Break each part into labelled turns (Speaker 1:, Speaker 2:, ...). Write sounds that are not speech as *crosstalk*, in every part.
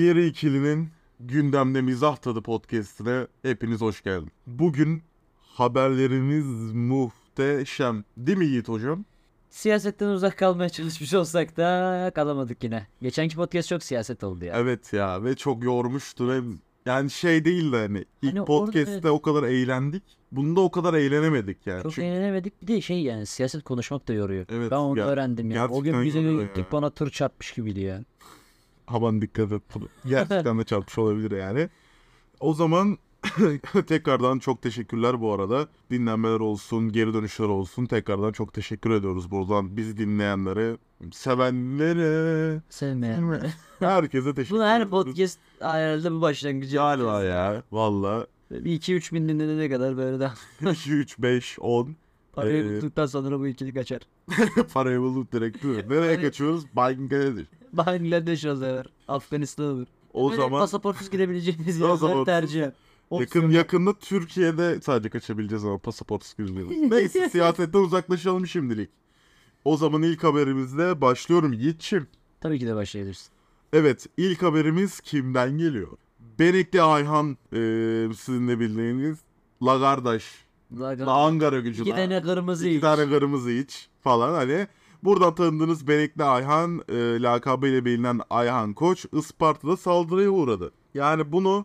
Speaker 1: ikilinin gündemde mizah tadı podcastine hepiniz hoş geldin. Bugün haberlerimiz muhteşem. Değil mi Yiğit hocam?
Speaker 2: Siyasetten uzak kalmaya *laughs* çalışmış olsak da kalamadık yine. Geçenki podcast çok siyaset oldu ya.
Speaker 1: Evet ya ve çok yormuştu hem yani şey değil de hani ilk
Speaker 2: Hani orada-
Speaker 1: podcast'te o kadar eğlendik. Bunda o kadar eğlenemedik yani.
Speaker 2: Çok
Speaker 1: Çünkü
Speaker 2: eğlenemedik. Bir de şey yani siyaset konuşmak da yoruyor.
Speaker 1: Evet,
Speaker 2: ben onu
Speaker 1: ger-
Speaker 2: öğrendim ya. O
Speaker 1: gerçekten
Speaker 2: gün bize
Speaker 1: yoruyor
Speaker 2: gittik
Speaker 1: ya.
Speaker 2: bana tır çarpmış gibiydi ya.
Speaker 1: aman dikkat
Speaker 2: *laughs*
Speaker 1: et. Gerçekten de çarpmış olabilir yani. O zaman *laughs* tekrardan çok teşekkürler bu arada. Dinlenmeler olsun, geri dönüşler olsun. Tekrardan çok teşekkür ediyoruz buradan. Bizi dinleyenlere, sevenlere,
Speaker 2: Sevmeyen.
Speaker 1: *laughs* herkese teşekkür
Speaker 2: Bunu her
Speaker 1: ediyoruz.
Speaker 2: podcast herhalde bu başlangıcı.
Speaker 1: Galiba
Speaker 2: yapacağız.
Speaker 1: ya.
Speaker 2: *laughs*
Speaker 1: Valla.
Speaker 2: Bir 2-3 bin dinlenene kadar böyle de
Speaker 1: 2, 3, 5, 10.
Speaker 2: *laughs* parayı
Speaker 1: Ee,
Speaker 2: bulduktan sonra bu ikilik açar.
Speaker 1: Parayı bulup direkt değil mi? Nereye
Speaker 2: Yani-
Speaker 1: kaçıyoruz? Bangladeş.
Speaker 2: Bangladeş olur. Afganistan olur.
Speaker 1: O
Speaker 2: Böyle
Speaker 1: zaman
Speaker 2: pasaportsuz
Speaker 1: *laughs*
Speaker 2: gidebileceğimiz
Speaker 1: O zaman-
Speaker 2: yerler tercih.
Speaker 1: yakın yakında Türkiye'de sadece kaçabileceğiz ama pasaport sıkıntı. Neyse siyasetten uzaklaşalım şimdilik. O zaman ilk haberimizle başlıyorum Yiğit'çim.
Speaker 2: Tabii ki de başlayabiliriz.
Speaker 1: Evet ilk haberimiz kimden geliyor? Benekli Ayhan eee, sizin de bildiğiniz Lagardaş. La Ankara gücü.
Speaker 2: İki tane kırmızı
Speaker 1: İki
Speaker 2: iç.
Speaker 1: tane kırmızı iç falan hani. Buradan tanıdığınız Benekli Ayhan e, lakabıyla bilinen Ayhan Koç Isparta'da saldırıya uğradı. Yani bunu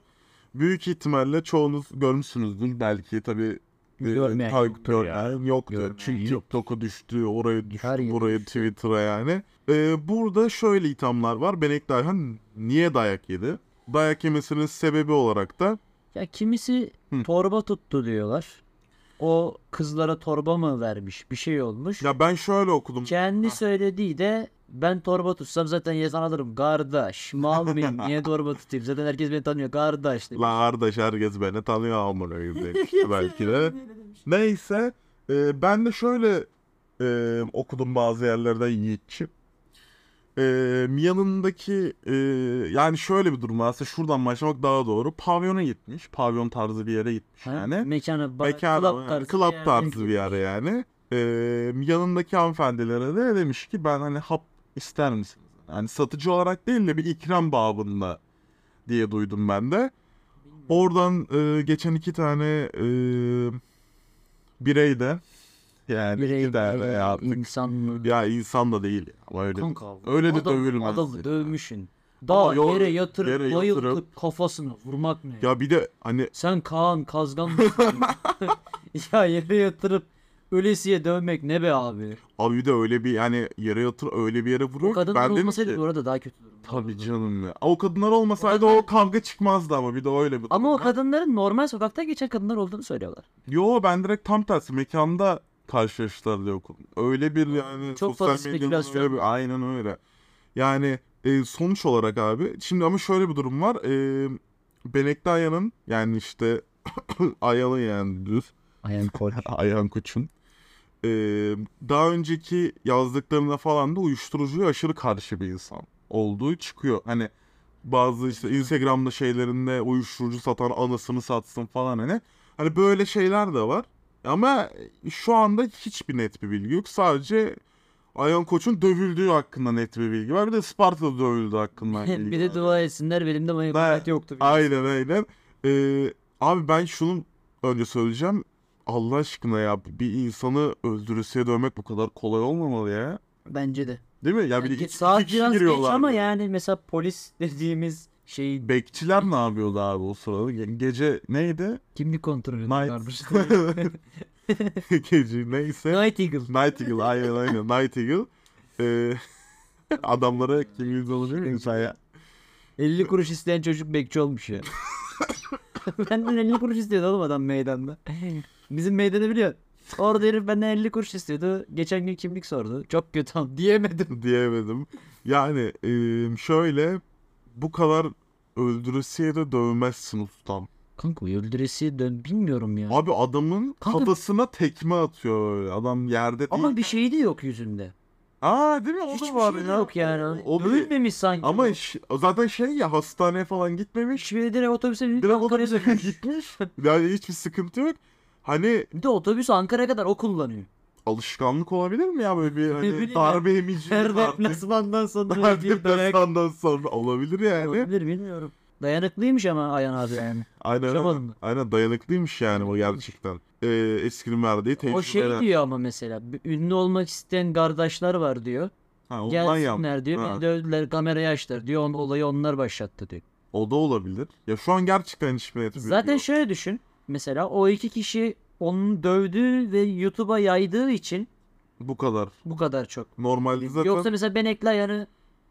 Speaker 1: büyük ihtimalle çoğunuz görmüşsünüzdür belki e, tabi
Speaker 2: Görmeyen yoktur ya.
Speaker 1: yoktu.
Speaker 2: Görmeyen
Speaker 1: Çünkü
Speaker 2: yok.
Speaker 1: TikTok'a düştü, oraya düştü,
Speaker 2: Her yere
Speaker 1: buraya Twitter'a yani. E, burada şöyle ithamlar var. Benekli Ayhan niye dayak yedi? Dayak yemesinin sebebi olarak da
Speaker 2: Ya kimisi
Speaker 1: Hı.
Speaker 2: torba tuttu diyorlar. O kızlara torba mı vermiş? Bir şey olmuş.
Speaker 1: ya ben şöyle okudum.
Speaker 2: Kendi söylediği de ben torba tutsam zaten yazan alırım. Kardeş mal
Speaker 1: *laughs*
Speaker 2: mıyım? Niye torba tutayım? Zaten herkes beni tanıyor. Kardeş. demiş.
Speaker 1: La kardeş herkes beni tanıyor amına koyayım
Speaker 2: *laughs*
Speaker 1: demiş belki de. Neyse e, ben de şöyle e, okudum bazı yerlerden Yiğitçi. E, yanındaki e, yani şöyle bir durum var. Aslında şuradan başlamak daha doğru. Pavyona gitmiş. Pavyon tarzı bir yere gitmiş
Speaker 2: Ha?
Speaker 1: yani.
Speaker 2: Mekana, bar,
Speaker 1: Mekan,
Speaker 2: club tarzı. bir yerden
Speaker 1: bir yer yani. Ee, yanındaki hanımefendilere de demiş ki ben hani hap ister misiniz? Yani satıcı olarak değil de bir ikram babında diye duydum ben de. Oradan e, geçen iki tane e, birey de yani
Speaker 2: Birey,
Speaker 1: iki tane
Speaker 2: birey,
Speaker 1: ya,
Speaker 2: insan mı?
Speaker 1: ya insan da değil ama öyle.
Speaker 2: Kanka,
Speaker 1: öyle de
Speaker 2: adam-
Speaker 1: dövülmez.
Speaker 2: Adamı dövmüşsün.
Speaker 1: Ama
Speaker 2: Daha
Speaker 1: yol-
Speaker 2: yere yatırıp
Speaker 1: yere
Speaker 2: bayıltıp
Speaker 1: yatırıp-
Speaker 2: kafasını vurmak ne?
Speaker 1: Ya bir de hani
Speaker 2: Sen Kaan
Speaker 1: *laughs*
Speaker 2: Kazgan mısın? ya yere yatırıp ölesiye dövmek ne be abi?
Speaker 1: abi bir de öyle bir yani yere yatır öyle bir yere vuruyor
Speaker 2: O
Speaker 1: ki
Speaker 2: kadın
Speaker 1: ben dedim
Speaker 2: olmasaydı
Speaker 1: ki-
Speaker 2: bu arada daha kötü durumda
Speaker 1: Tabii
Speaker 2: olurdu.
Speaker 1: canım ya. O kadınlar olmasaydı o kavga çıkmazdı ama bir de öyle bir
Speaker 2: Ama o
Speaker 1: durum var.
Speaker 2: kadınların normal sokakta geçen kadınlar olduğunu söylüyorlar.
Speaker 1: Yo ben direkt tam tersi mekanda karşılaştılar diye okudum. Öyle bir yani
Speaker 2: Çok
Speaker 1: sosyal
Speaker 2: fazla
Speaker 1: medyanın
Speaker 2: spekülasyon.
Speaker 1: öyle bir- aynen öyle. Yani e, sonuç olarak abi şimdi ama şöyle bir durum var. E, Benekli Aya'nın yani işte *coughs* Ayalı yani düz *laughs*
Speaker 2: Aynen kol.
Speaker 1: Ayhan Koç'un e, daha önceki yazdıklarına falan da uyuşturucuya aşırı karşı bir insan olduğu çıkıyor. Hani bazı işte Instagram'da şeylerinde uyuşturucu satan anasını satsın falan hani. Hani böyle şeyler de var. Ama şu anda hiçbir net bir bilgi yok. Sadece Ayhan Koç'un dövüldüğü hakkında net bir bilgi var. Bir de Sparta'da dövüldüğü hakkında
Speaker 2: *laughs*
Speaker 1: bilgi
Speaker 2: bir de
Speaker 1: var.
Speaker 2: dua etsinler benim de manyak yoktu.
Speaker 1: Aynen aynen. Ee, abi ben şunu önce söyleyeceğim. Allah aşkına ya bir insanı öldürüsüye dövmek bu kadar kolay olmamalı ya.
Speaker 2: Bence de.
Speaker 1: Değil mi? Ya bir de
Speaker 2: Yani
Speaker 1: iki,
Speaker 2: geç,
Speaker 1: iki
Speaker 2: sağ
Speaker 1: kişi
Speaker 2: biraz geç
Speaker 1: giriyorlar.
Speaker 2: ama
Speaker 1: böyle.
Speaker 2: yani mesela polis dediğimiz şey
Speaker 1: Bekçiler ne yapıyordu abi o sırada? Ge- Gece
Speaker 2: *laughs*
Speaker 1: neydi?
Speaker 2: kimlik kontrolü
Speaker 1: Night.
Speaker 2: varmış.
Speaker 1: Gece neyse.
Speaker 2: *laughs* Night Eagle.
Speaker 1: Nightingale aynen aynen Nightingale. Ee, *laughs* adamlara kimliğiniz olacak insan ya.
Speaker 2: 50 kuruş isteyen çocuk bekçi olmuş ya. *laughs* benden 50 kuruş istiyordu oğlum adam meydanda. Bizim meydanı biliyor. Orada herif benden 50 kuruş istiyordu. Geçen gün kimlik sordu. Çok kötü oldu *laughs*
Speaker 1: *laughs*
Speaker 2: diyemedim.
Speaker 1: diyemedim. Yani eee, şöyle bu kadar öldüresiye de dövmezsin ustam.
Speaker 2: Kanka öldüresi dön bilmiyorum ya.
Speaker 1: Abi adamın
Speaker 2: Kanka-
Speaker 1: kafasına tekme atıyor öyle. Adam yerde değil.
Speaker 2: Ama bir şey de yok yüzünde.
Speaker 1: Aa değil mi? O da
Speaker 2: Hiçbir
Speaker 1: var
Speaker 2: şey de
Speaker 1: ya.
Speaker 2: yok yani.
Speaker 1: O- o bir-
Speaker 2: Dövülmemiş sanki.
Speaker 1: Ama ş- zaten şey ya hastaneye falan gitmemiş.
Speaker 2: Şöyle direkt otobüse binip
Speaker 1: Direkt
Speaker 2: Ankara'ya
Speaker 1: otobüse
Speaker 2: dönmüş. *laughs*
Speaker 1: Yani hiçbir sıkıntı yok. Hani *laughs*
Speaker 2: Bir de otobüs Ankara'ya kadar o kullanıyor.
Speaker 1: alışkanlık olabilir mi ya böyle bir hani
Speaker 2: bileyim
Speaker 1: darbe emici *laughs*
Speaker 2: Her
Speaker 1: artık.
Speaker 2: deplasmandan sonra
Speaker 1: Her
Speaker 2: bir dayak
Speaker 1: deplasmandan sonra olabilir yani.
Speaker 2: olabilir bilmiyorum. Dayanıklıymış ama Ayhan abi yani.
Speaker 1: Aynen aynen.
Speaker 2: Şabanın.
Speaker 1: Aynen dayanıklıymış yani o gerçekten. Ee, eskinin verdiği tecrübeler.
Speaker 2: O şey diyor ama mesela bir ünlü olmak isteyen kardeşler var diyor.
Speaker 1: Ha, ondan yap.
Speaker 2: Gelsinler diyor.
Speaker 1: Ha.
Speaker 2: Beni dövdüler kamerayı açtılar diyor. On, olayı onlar başlattı diyor.
Speaker 1: O da olabilir. Ya şu an gerçekten hiçbir etmiyor.
Speaker 2: Zaten şöyle düşün. Mesela o iki kişi onun dövdüğü ve YouTube'a yaydığı için
Speaker 1: Bu kadar.
Speaker 2: bu kadar çok.
Speaker 1: Normalde zaten.
Speaker 2: Yoksa mesela Ben Eklayar'ı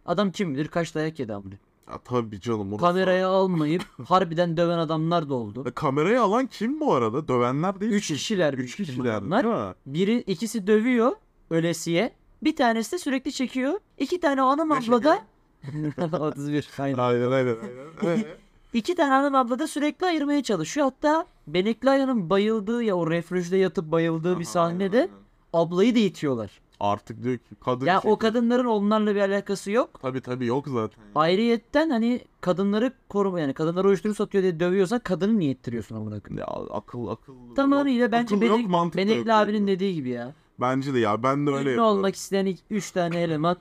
Speaker 2: adam kim bilir kaç dayak yedi amına.
Speaker 1: Ya, tabii canım. orası- *laughs*
Speaker 2: Kameraya almayıp harbiden döven adamlar da oldu.
Speaker 1: Ya, kamerayı alan kim bu arada? Dövenler değil.
Speaker 2: Üç kişiler. büyük
Speaker 1: Üç
Speaker 2: ihtimalle
Speaker 1: kişiler.
Speaker 2: bunlar.
Speaker 1: Değil mi?
Speaker 2: Biri ikisi dövüyor ölesiye. Bir tanesi de sürekli çekiyor. İki tane o hanım
Speaker 1: Ne
Speaker 2: abla da *laughs* 31 aynen.
Speaker 1: Aynen aynen. aynen. Ee,
Speaker 2: İki tane hanım abla da sürekli ayırmaya çalışıyor. Hatta Benekli Aya'nın bayıldığı ya o refrüjde yatıp bayıldığı bir
Speaker 1: aha,
Speaker 2: sahnede
Speaker 1: aynen, şey aynen.
Speaker 2: ablayı da itiyorlar.
Speaker 1: Artık diyor ki kadın.
Speaker 2: Ya
Speaker 1: ki-
Speaker 2: o kadınların onlarla bir alakası yok.
Speaker 1: Tabii tabii yok zaten.
Speaker 2: Ayrıyetten hani kadınları koruma yani kadınlara uyuşturucu satıyor diye dövüyorsan kadını niye ettiriyorsun amına koyayım?
Speaker 1: Ya akıl akıl.
Speaker 2: Tamamıyla
Speaker 1: yok.
Speaker 2: bence
Speaker 1: Akıl yok,
Speaker 2: Benek-
Speaker 1: mantık da yok
Speaker 2: Benekli
Speaker 1: yani.
Speaker 2: abinin dediği gibi ya.
Speaker 1: Bence de ya ben de öyle
Speaker 2: Ünlü
Speaker 1: yapıyorum.
Speaker 2: olmak isteyen 3 tane eleman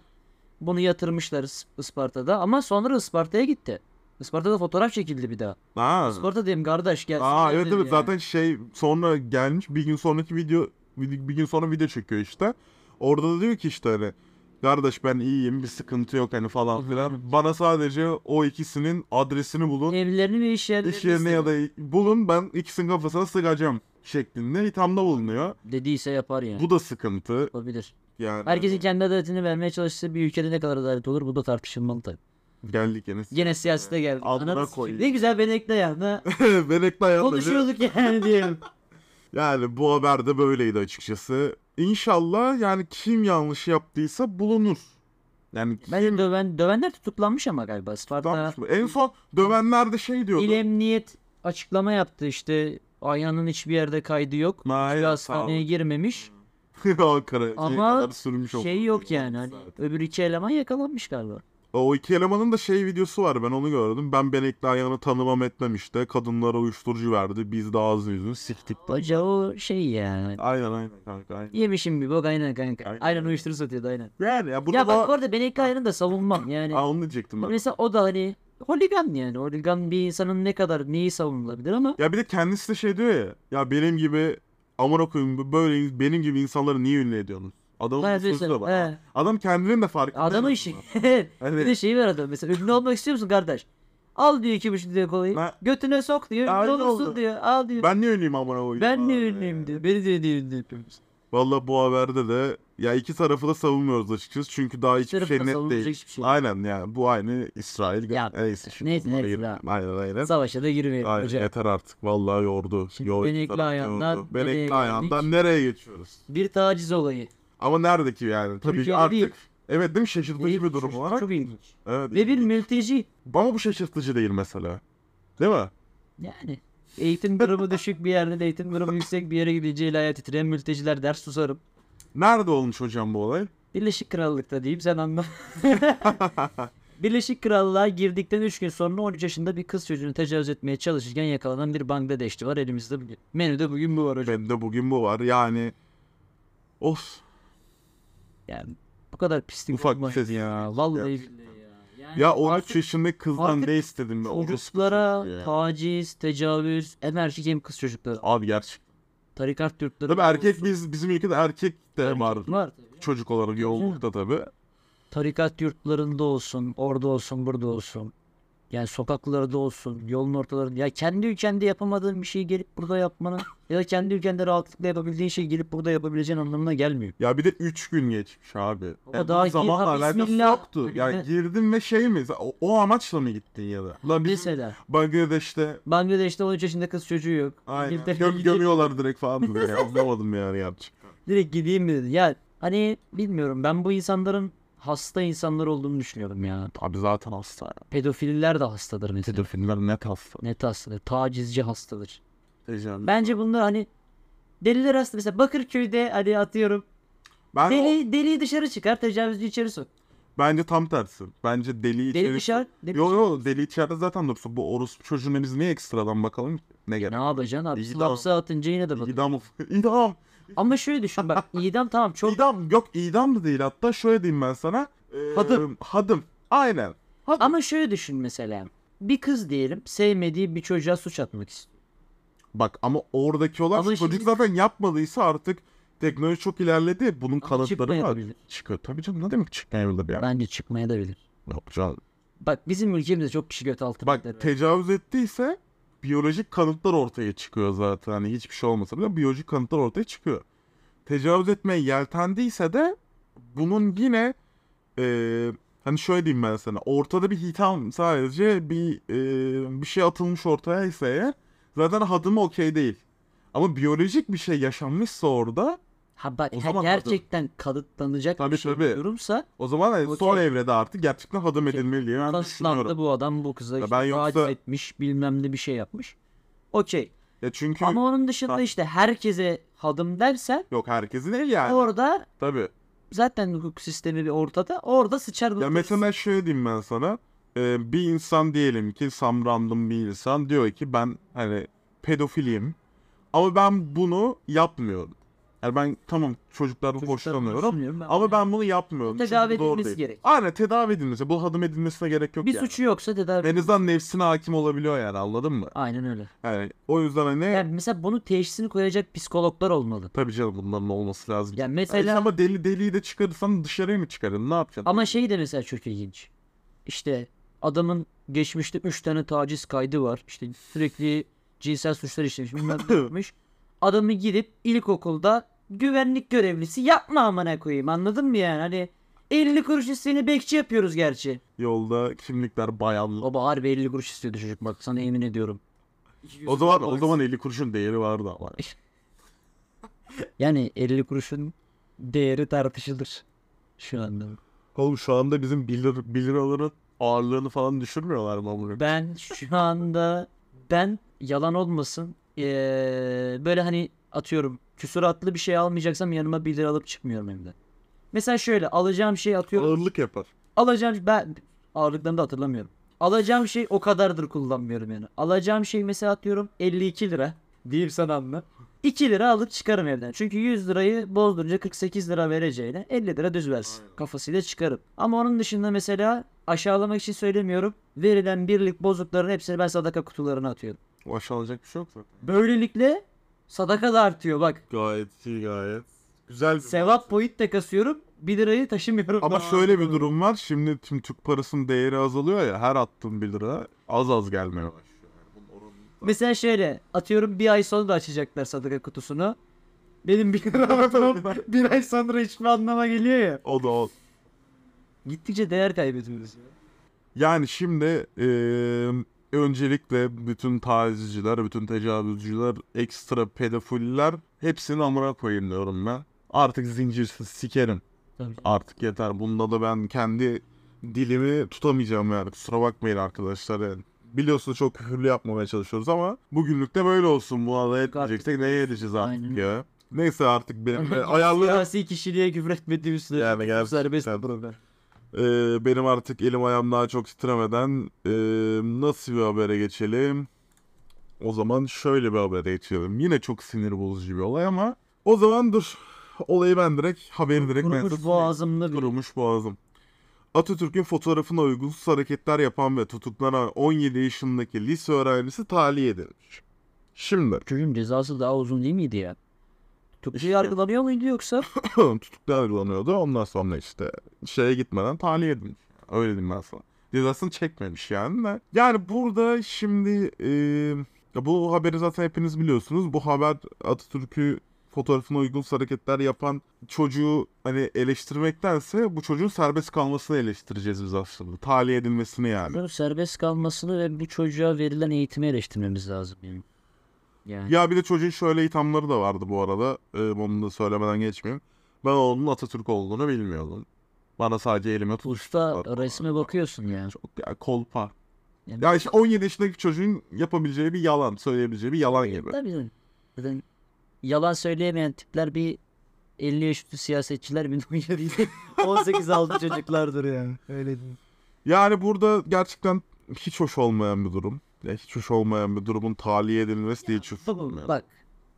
Speaker 2: bunu yatırmışlar Is- Isparta'da ama sonra Isparta'ya gitti. Isparta'da fotoğraf çekildi bir daha.
Speaker 1: Ha.
Speaker 2: Isparta diyeyim kardeş gel.
Speaker 1: Aa evet evet zaten şey sonra gelmiş bir gün sonraki video bir bir gün sonra video çekiyor işte. Orada da diyor ki işte hani kardeş ben iyiyim bir sıkıntı yok hani falan filan. Bana sadece o ikisinin adresini bulun.
Speaker 2: Evlerini ve iş yerlerini
Speaker 1: iş yerine ya
Speaker 2: istiyor.
Speaker 1: da bulun ben ikisinin kafasına sıkacağım şeklinde ithamda bulunuyor.
Speaker 2: dediyse yapar yani.
Speaker 1: Bu da sıkıntı
Speaker 2: Olabilir.
Speaker 1: yani.
Speaker 2: Herkesin kendi adaletini vermeye çalıştığı bir ülkede ne kadar adalet olur bu da tartışılmalı tabii.
Speaker 1: *laughs* geldik yine. *laughs*
Speaker 2: Gene siyasete geldi.
Speaker 1: Adına
Speaker 2: Ananı sikeyim.
Speaker 1: koyayım.
Speaker 2: Ne güzel
Speaker 1: *laughs*
Speaker 2: benekle yani.
Speaker 1: Benekli ayakları.
Speaker 2: Konuşuyorduk
Speaker 1: *laughs*
Speaker 2: yani diyelim.
Speaker 1: Yani bu haber de böyleydi açıkçası. İnşallah yani kim yanlış yaptıysa bulunur. Yani
Speaker 2: Bence döven, dövenler tutuklanmış ama galiba Isparta.
Speaker 1: Tutuklanmış mı? En son dövenler de şey diyordu.
Speaker 2: İl Emniyet açıklama yaptı işte Ayhan'ın hiçbir yerde kaydı yok.
Speaker 1: Aynen,
Speaker 2: Hiçbir
Speaker 1: sağ
Speaker 2: hastaneye
Speaker 1: *laughs* olun.
Speaker 2: girmemiş.
Speaker 1: Ankara
Speaker 2: Ama
Speaker 1: sürmüş oldu.
Speaker 2: Şey yok yani hani
Speaker 1: Saat.
Speaker 2: öbür iki eleman yakalanmış galiba.
Speaker 1: O iki elemanın da şey videosu var ben onu gördüm. Ben Benekli Ayhan'ı tanımam etmem işte. Kadınlara uyuşturucu verdi. Biz de ağzını yüzünü siktik.
Speaker 2: Hoca o şey yani.
Speaker 1: Aynen aynen kanka aynen.
Speaker 2: Yemişim bir bok aynen kanka.
Speaker 1: Aynen.
Speaker 2: Aynen, uyuşturucu satıyordu aynen.
Speaker 1: Yani ya burada
Speaker 2: ya bak bu arada ben ilk ayarını da savunmam yani.
Speaker 1: Aa, onu diyecektim ben.
Speaker 2: Mesela o da hani holigan yani. Holigan bir insanın ne kadar neyi savunulabilir ama
Speaker 1: Ya bir de kendisi de şey diyor ya. Ya benim gibi amına koyayım böyle benim gibi insanları niye ünlü ediyorsunuz? Adamın
Speaker 2: Hayır,
Speaker 1: bir sözü de var.
Speaker 2: he.
Speaker 1: Adam kendinin de farkında.
Speaker 2: adamın
Speaker 1: en
Speaker 2: işi.
Speaker 1: azından.
Speaker 2: *laughs* bir de şeyi var adam mesela ünlü olmak istiyor musun kardeş? Al diyor iki buçuk lira kolayı.
Speaker 1: Ha.
Speaker 2: Götüne sok diyor.
Speaker 1: Aynen
Speaker 2: Ünlü olursun
Speaker 1: oldu.
Speaker 2: diyor. Al diyor. Ben,
Speaker 1: Ben niye ünlüyüm amına koyayım?
Speaker 2: niye
Speaker 1: falan.
Speaker 2: ünlüyüm diyor. Beni diyor niye ünlü yapıyorsun?
Speaker 1: Valla bu haberde de ya iki tarafı da savunmuyoruz açıkçası. Çünkü daha hiçbir
Speaker 2: tarafı
Speaker 1: şey
Speaker 2: da
Speaker 1: net
Speaker 2: savunulacak
Speaker 1: değil.
Speaker 2: hiçbir şey yok.
Speaker 1: Aynen yani bu aynı İsrail. e,
Speaker 2: Ya,
Speaker 1: neyse şimdi
Speaker 2: neyse,
Speaker 1: bunlara
Speaker 2: neyse,
Speaker 1: girmeyelim.
Speaker 2: daha-
Speaker 1: Aynen aynen.
Speaker 2: Savaşa da girmeyelim
Speaker 1: Aynen,
Speaker 2: hocam.
Speaker 1: yeter artık. Vallahi yordu.
Speaker 2: Şimdi
Speaker 1: Yo, iki
Speaker 2: Benekli
Speaker 1: taraf da
Speaker 2: ayağından
Speaker 1: yordu.
Speaker 2: nereye
Speaker 1: Benekli
Speaker 2: geldik?
Speaker 1: ayağından nereye geçiyoruz?
Speaker 2: Bir taciz olayı.
Speaker 1: Ama nerede ki yani? Tabii ki
Speaker 2: Türkiye'de
Speaker 1: artık.
Speaker 2: değil.
Speaker 1: Evet değil mi? Şaşırtıcı bir durum olarak.
Speaker 2: Çok ilginç.
Speaker 1: Evet.
Speaker 2: Ve bir mülteci.
Speaker 1: Ama bu şaşırtıcı değil mesela. Değil mi?
Speaker 2: Yani
Speaker 1: *laughs*
Speaker 2: eğitim durumu düşük bir yerde de eğitim durumu yüksek bir yere gideceği ilaya titreyen mülteciler ders susarım.
Speaker 1: Nerede olmuş hocam bu olay?
Speaker 2: Birleşik Krallık'ta diyeyim
Speaker 1: *laughs*
Speaker 2: sen anla. Birleşik Krallığa girdikten 3 gün sonra 13 yaşında bir kız çocuğunu tecavüz etmeye çalışırken yakalanan bir Bangladeşli var elimizde bugün. Menüde bugün bu var hocam.
Speaker 1: Bende bugün bu var. Yani of
Speaker 2: Yani bu kadar pislik
Speaker 1: ufak bir
Speaker 2: olmaz.
Speaker 1: ses.
Speaker 2: Ya vallahi
Speaker 1: Ya.
Speaker 2: billahi ya. Yani
Speaker 1: Ya 13
Speaker 2: artık
Speaker 1: yaşındaki kızdan
Speaker 2: artık
Speaker 1: ne istedim ben? Orospu
Speaker 2: çocuklara
Speaker 1: çocuğu ya.
Speaker 2: taciz, tecavüz, hem erkek hem kız çocukları.
Speaker 1: Abi gerçek.
Speaker 2: Tarikat Türkleri.
Speaker 1: Tabii erkek biz bizim ülkede erkek de var.
Speaker 2: var.
Speaker 1: Çocuk olarak yoğunlukta tabii.
Speaker 2: tarikat yurtlarında olsun, orada olsun, burada olsun. Yani sokaklarda olsun, yolun ortalarında. Ya kendi ülkende yapamadığın bir şeyi gelip burada yapmanın ya da kendi ülkende rahatlıkla yapabildiğin şeyi gelip burada yapabileceğin anlamına gelmiyor.
Speaker 1: Ya bir de 3 gün geçmiş abi.
Speaker 2: Baba
Speaker 1: Yani
Speaker 2: daha
Speaker 1: bu zamanla
Speaker 2: gir-
Speaker 1: alakası
Speaker 2: Bismillah.
Speaker 1: yoktu. Yani girdin ve şey mi? O, o amaçla mı gittin ya da? Lan bizim
Speaker 2: Mesela
Speaker 1: Bangladeş'te
Speaker 2: Bangladeş'te 13 yaşında kız çocuğu yok.
Speaker 1: aynen.
Speaker 2: Gidip de- *laughs*
Speaker 1: Göm, gömüyorlar direkt falan. Böyle. Ya, Anlamadım yani gerçekten.
Speaker 2: Direkt gideyim mi dedi. Ya hani bilmiyorum ben bu insanların hasta insanlar olduğunu düşünüyorum ya.
Speaker 1: Abi zaten hasta.
Speaker 2: Pedofiller de hastadır mesela.
Speaker 1: Pedofiller net hasta.
Speaker 2: Net hastadır. Tacizci hastadır.
Speaker 1: Tecavüz.
Speaker 2: Bence bunlar hani deliler hasta. Mesela Bakırköy'de hani atıyorum
Speaker 1: Ben
Speaker 2: Deli, deliyi dışarı çıkar, tecavüzcü içeri sok.
Speaker 1: bence tam tersi. Bence deli
Speaker 2: Deli şey
Speaker 1: içeri.
Speaker 2: dışarı, deli
Speaker 1: Yo yo deli içeride zaten dursun. Bu orospu çocuğuna biz niye ekstradan bakalım ki? Ne gerek?
Speaker 2: Ne yapacaksın abi?
Speaker 1: İyi
Speaker 2: Hapse atınca yine de bak.
Speaker 1: İdam. İdam.
Speaker 2: Ama şöyle
Speaker 1: *laughs*
Speaker 2: düşün bak idam tamam çok
Speaker 1: İdam yok idam da değil hatta şöyle diyeyim ben sana. Ee,
Speaker 2: Hadım.
Speaker 1: Hadım. Aynen.
Speaker 2: ama şöyle düşün mesela. Bir kız diyelim sevmediği bir çocuğa suç atmak istiyor.
Speaker 1: Bak ama oradaki olan
Speaker 2: Ama
Speaker 1: şu çocuk
Speaker 2: şimdi-
Speaker 1: zaten yapmadıysa artık teknoloji çok ilerledi. Bunun kanıtları var.
Speaker 2: çıkmayabilir.
Speaker 1: Çıkıyor. Tabii canım ne demek çıkmayabilir yani.
Speaker 2: Bence çıkmaya da bilir.
Speaker 1: Yok canım.
Speaker 2: Bak bizim ülkemizde çok kişi göt altı.
Speaker 1: Bak
Speaker 2: bilir.
Speaker 1: tecavüz ettiyse biyolojik kanıtlar ortaya çıkıyor zaten. Hani hiçbir şey olmasa bile biyolojik kanıtlar ortaya çıkıyor. Tecavüz etmeye yeltendiyse de bunun yine eee, hani şöyle diyeyim ben sana. Ortada bir hitam sadece bir eee, bir şey atılmış ortaya ise eğer zaten hadımı okey değil. Ama biyolojik bir şey yaşanmışsa orada
Speaker 2: ha bak
Speaker 1: o
Speaker 2: ha
Speaker 1: zaman kadın-
Speaker 2: gerçekten kanıtlanacak
Speaker 1: Tabii,
Speaker 2: bir şey
Speaker 1: tabii.
Speaker 2: durumsa
Speaker 1: o zaman hani
Speaker 2: Okey.
Speaker 1: son evrede artık gerçekten hadım
Speaker 2: Okey.
Speaker 1: edilmeli diye ben düşünüyorum.
Speaker 2: kanıtlandı bu adam bu kıza
Speaker 1: Ya
Speaker 2: işte
Speaker 1: ben yoksa-
Speaker 2: taciz etmiş bilmem ne bir şey yapmış. Okey.
Speaker 1: Ya çünkü
Speaker 2: Ama onun dışında
Speaker 1: Ha.
Speaker 2: işte herkese hadım dersen
Speaker 1: yok herkesin değil yani.
Speaker 2: orada
Speaker 1: Tabii.
Speaker 2: zaten hukuk sistemi bir ortada orada sıçar.
Speaker 1: Ya mesela şöyle diyeyim ben sana. Ee, bir insan diyelim ki some random bir insan diyor ki ben hani pedofiliyim ama ben bunu yapmıyorum. Yani ben tamam çocuklardan hoşlanıyorum ama ben bunu yapmıyorum. Çünkü bu
Speaker 2: Tedavi
Speaker 1: doğru
Speaker 2: edilmesi
Speaker 1: değil.
Speaker 2: gerek.
Speaker 1: Aynen tedavi edilmesi. Bu hadım edilmesine gerek yok
Speaker 2: bir
Speaker 1: yani.
Speaker 2: suçu yoksa tedavi.
Speaker 1: En azından nefsine hakim olabiliyor yani anladın mı?
Speaker 2: Aynen öyle.
Speaker 1: Yani o yüzden hani
Speaker 2: Yani mesela bunun teşhisini koyacak psikologlar olmalı.
Speaker 1: tabii canım bunların olması lazım.
Speaker 2: Yani
Speaker 1: Ay,
Speaker 2: mesela
Speaker 1: ama deli deliyi de çıkarırsan dışarıya mı çıkarın? Ne yapacaksın?
Speaker 2: ama şey de mesela çok ilginç. İşte adamın geçmişte 3 tane taciz kaydı var. İşte sürekli cinsel suçlar işlemiş. Bilmem
Speaker 1: *laughs*
Speaker 2: ne yapmış. Adamı gidip ilkokulda güvenlik görevlisi yapma amına koyayım. Anladın mı yani? Hani 50 kuruş isteyeni bekçi yapıyoruz gerçi.
Speaker 1: Yolda kimlikler bayanlı.
Speaker 2: Baba harbi 50 kuruş istiyordu çocuk bak sana yemin ediyorum.
Speaker 1: O zaman o zaman 50 kuruşun değeri vardı ama.
Speaker 2: Yani 50 kuruşun değeri tartışılır şu anda.
Speaker 1: Oğlum şu anda bizim 1 lir, 1 liraların ağırlığını falan düşürmüyorlar mı bunu?
Speaker 2: Ben şu anda ben yalan olmasın eee, böyle hani atıyorum küsuratlı bir şey almayacaksam yanıma 1 lira alıp çıkmıyorum evden. Mesela şöyle alacağım şey atıyorum.
Speaker 1: Ağırlık yapar.
Speaker 2: Alacağım şey, ben ağırlıklarını da hatırlamıyorum. Alacağım şey o kadardır kullanmıyorum yani. Alacağım şey mesela atıyorum 52 lira diyeyim sana anla. 2 lira alıp çıkarım evden. Çünkü 100 lirayı bozdurunca 48 lira vereceğine 50 lira düz versin. Kafasıyla çıkarım. Ama onun dışında mesela aşağılamak için söylemiyorum. Verilen birlik bozukların hepsini ben sadaka kutularına atıyorum.
Speaker 1: O aşağılanacak bir şey yok zaten.
Speaker 2: Böylelikle sadaka da artıyor bak.
Speaker 1: Gayet iyi gayet. Güzel bir
Speaker 2: Sevap boyut da kasıyorum. 1 lirayı taşımıyorum.
Speaker 1: Ama şöyle bir durum var. Şimdi tüm Türk parasının değeri azalıyor ya. Her attığın 1 lira az az gelmeye başlıyor. Yani bunun oranı-
Speaker 2: Mesela şöyle atıyorum bir ay sonra da açacaklar sadaka kutusunu. Benim bir liram bir ay sonra hiçbir anlama geliyor ya.
Speaker 1: O da o.
Speaker 2: Gittikçe değer kaybediyoruz.
Speaker 1: Yani şimdi eee, öncelikle bütün tacizciler, bütün tecavüzcüler, ekstra pedofiller hepsini amına koyayım diyorum ben. Artık zincirsiz sikerim.
Speaker 2: Tabii.
Speaker 1: Artık yeter. Bunda da ben kendi dilimi tutamayacağım yani. Kusura bakmayın arkadaşlar. Yani biliyorsunuz çok küfürlü yapmamaya çalışıyoruz ama bugünlük de böyle olsun. Buna da etmeyeceksek neye edeceğiz artık
Speaker 2: Aynen.
Speaker 1: ya. Neyse artık benim
Speaker 2: *laughs*
Speaker 1: de ayarlı
Speaker 2: Siyasi kişiliğe küfretmediğim sürece
Speaker 1: *laughs* Yani gerçekten.
Speaker 2: serbest program.
Speaker 1: Eee, benim artık elim ayağım daha çok titremeden eee, nasıl bir habere geçelim? O zaman şöyle bir habere geçelim. Yine çok sinir bozucu bir olay ama o zaman dur. Olayı ben direkt haberi direkt ben
Speaker 2: Kurumuş boğazımda bir.
Speaker 1: Kurumuş boğazım. Atatürk'ün fotoğrafına uygunsuz hareketler yapan ve tutuklanan 17 yaşındaki lise öğrencisi tahliye edilmiş. Şimdi *laughs*
Speaker 2: Çocuğun cezası daha uzun değil miydi ya? Tutuklu
Speaker 1: İşte.
Speaker 2: yargılanıyor muydu yoksa?
Speaker 1: tutuklanıyordu. Ondan sonra işte şeye gitmeden tahliye edilmiş. Öyle diyeyim ben sana. Cezasını çekmemiş yani de. Yani burada şimdi e, ya bu haberi zaten hepiniz biliyorsunuz. Bu haber Atatürk'ü fotoğrafına uygunsuz hareketler yapan çocuğu hani eleştirmektense bu çocuğun serbest kalmasını eleştireceğiz biz aslında. Tahliye edilmesini yani.
Speaker 2: Bunun serbest kalmasını ve bu çocuğa verilen eğitimi eleştirmemiz lazım yani. Yani
Speaker 1: Ya bir de çocuğun şöyle ithamları da vardı bu arada. Ee, onu da söylemeden geçmeyeyim. Ben onun Atatürk olduğunu bilmiyordum. Bana sadece elime
Speaker 2: usta
Speaker 1: tutuşturdular.
Speaker 2: resme bakıyorsun yani.
Speaker 1: Çok ya kolpa.
Speaker 2: Yani-
Speaker 1: Ya işte 17 yaşındaki çocuğun yapabileceği bir yalan, söyleyebileceği bir yalan gibi.
Speaker 2: Tabii. Zaten yalan söyleyemeyen tipler bir 50 yaş üstü siyasetçiler *laughs* bir numara değil. 18 altı çocuklardır yani. Öyle değil.
Speaker 1: Yani burada gerçekten hiç hoş olmayan bir durum. Ya hiç hoş olmayan bir durumun tahliye edilmesi diye hiç hoş olmayan.
Speaker 2: Bak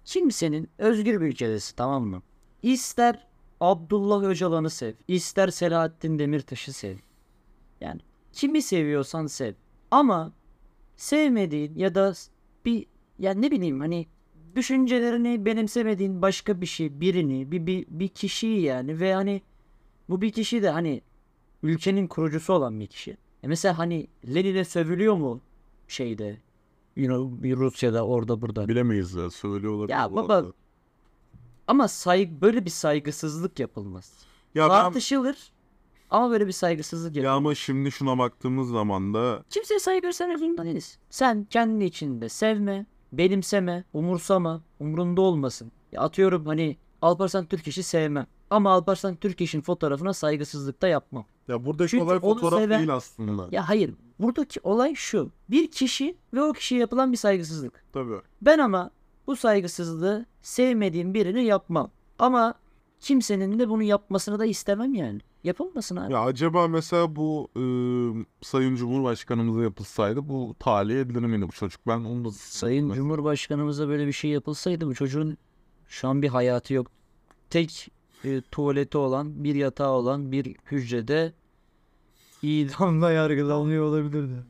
Speaker 2: Kimsenin özgür bir ülkedesi tamam mı? İster Abdullah Öcalan'ı sev, ister Selahattin Demirtaş'ı sev. Yani kimi seviyorsan sev. Ama sevmediğin ya da bir ya ne bileyim hani düşüncelerini benimsemediğin başka bir şey, birini, bir, bir, bir kişiyi yani ve hani bu bir kişi de hani ülkenin kurucusu olan bir kişi. E mesela hani Lenin'e sövülüyor mu şeyde? You know, Rusya'da orada burada.
Speaker 1: Bilemeyiz ya. Söylüyor olabilir.
Speaker 2: Ya
Speaker 1: bu
Speaker 2: baba,
Speaker 1: arada.
Speaker 2: Ama saygı böyle bir saygısızlık yapılmaz.
Speaker 1: Ya ben-
Speaker 2: Tartışılır ama böyle bir saygısızlık yapılmaz.
Speaker 1: Ya ama şimdi şuna baktığımız zaman da
Speaker 2: Kimseye saygı göstermek zorunda değiliz. Sen kendi içinde sevme, benimseme, umursama, umrunda olmasın. Ya atıyorum hani Alparslan Türkeş'i sevmem. Ama Alparslan Türkeş'in fotoğrafına saygısızlık da yapmam.
Speaker 1: ya buradaki
Speaker 2: Çünkü
Speaker 1: olay
Speaker 2: onu
Speaker 1: fotoğraf
Speaker 2: seven-
Speaker 1: değil aslında.
Speaker 2: Ya hayır. Buradaki olay şu. Bir kişi ve o kişiye yapılan bir saygısızlık.
Speaker 1: Tabii.
Speaker 2: Ben ama bu saygısızlığı sevmediğim birini yapmam. Ama kimsenin de bunu yapmasını da istemem yani. Yapılmasın abi.
Speaker 1: Ya acaba mesela bu ıı, Sayın Cumhurbaşkanımıza yapılsaydı bu tahliye edilir miydi bu çocuk? Ben onu da
Speaker 2: Sayın Cumhurbaşkanımıza böyle bir şey yapılsaydı bu çocuğun şu an bir hayatı yok. Tek e, tuvaleti olan, bir yatağı olan bir hücrede idamla yargılanıyor olabilirdi.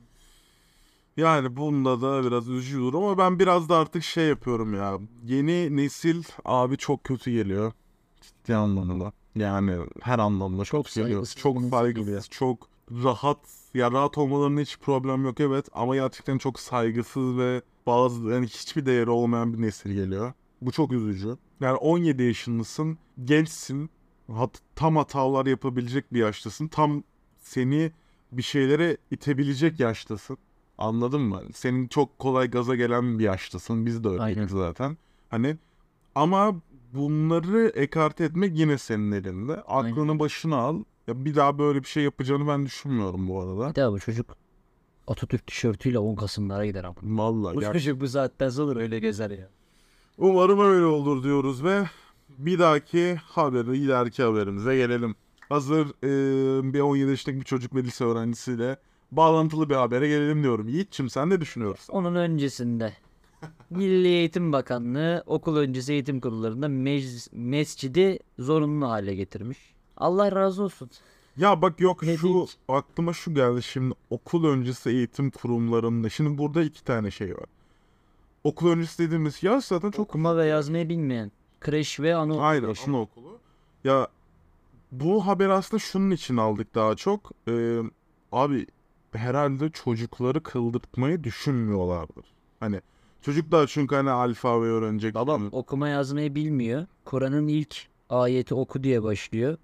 Speaker 1: Yani bunda da biraz üzücü olur ama ben biraz da artık şey yapıyorum ya. Yeni nesil abi çok kötü geliyor. Ciddi anlamda. Yani her anlamda çok geliyor.
Speaker 2: saygısız,
Speaker 1: Çok
Speaker 2: saygısız.
Speaker 1: saygısız, çok rahat. Ya rahat olmalarına hiç problem yok evet ama gerçekten çok saygısız ve bazı yani hiçbir değeri olmayan bir nesil geliyor. Bu çok üzücü. Yani 17 yaşındasın, gençsin, hat- tam hatalar yapabilecek bir yaştasın. Tam seni bir şeylere itebilecek yaştasın. Anladın mı? Senin çok kolay gaza gelen bir yaştasın. Biz de
Speaker 2: Aynen.
Speaker 1: öyleyiz zaten. Hani ama bunları ekarte etmek yine senin elinde. Aklını başına al. Ya bir daha böyle bir şey yapacağını ben düşünmüyorum bu arada.
Speaker 2: Hatta bu çocuk Atatürk tişörtüyle 10 Kasımlara gider ama.
Speaker 1: Vallahi
Speaker 2: Bu şey-
Speaker 1: ger-
Speaker 2: çocuk bu saatten sonra öyle gezer ya.
Speaker 1: Umarım öyle olur diyoruz ve bir dahaki haberi, ileriki haberimize gelelim. Hazır eee, bir 17 yaşındaki bir çocuk ve lise öğrencisiyle bağlantılı bir habere gelelim diyorum. Yiğit'çim sen ne düşünüyorsun? *laughs*
Speaker 2: Onun öncesinde Milli Eğitim Bakanlığı okul öncesi eğitim kurullarında meclis, mescidi zorunlu hale getirmiş. Allah razı olsun.
Speaker 1: Ya bak yok
Speaker 2: Ne
Speaker 1: şu
Speaker 2: diyeyim?
Speaker 1: aklıma şu geldi şimdi okul öncesi eğitim kurumlarında. Şimdi burada iki tane şey var. Okul öncesi dediğimiz yaş zaten çok
Speaker 2: Okuma ve yazmayı bilmeyen kreş ve ana
Speaker 1: Aynen
Speaker 2: kreş.
Speaker 1: anaokulu. Ya bu haber aslında şunun için aldık daha çok. Ee, abi herhalde çocukları kıldırtmayı düşünmüyorlardır. Hani çocuklar çünkü hani alfabeyi öğrenecek. Adam
Speaker 2: okuma yazmayı bilmiyor. Kur'an'ın ilk ayeti oku
Speaker 1: *laughs*
Speaker 2: diye başlıyor.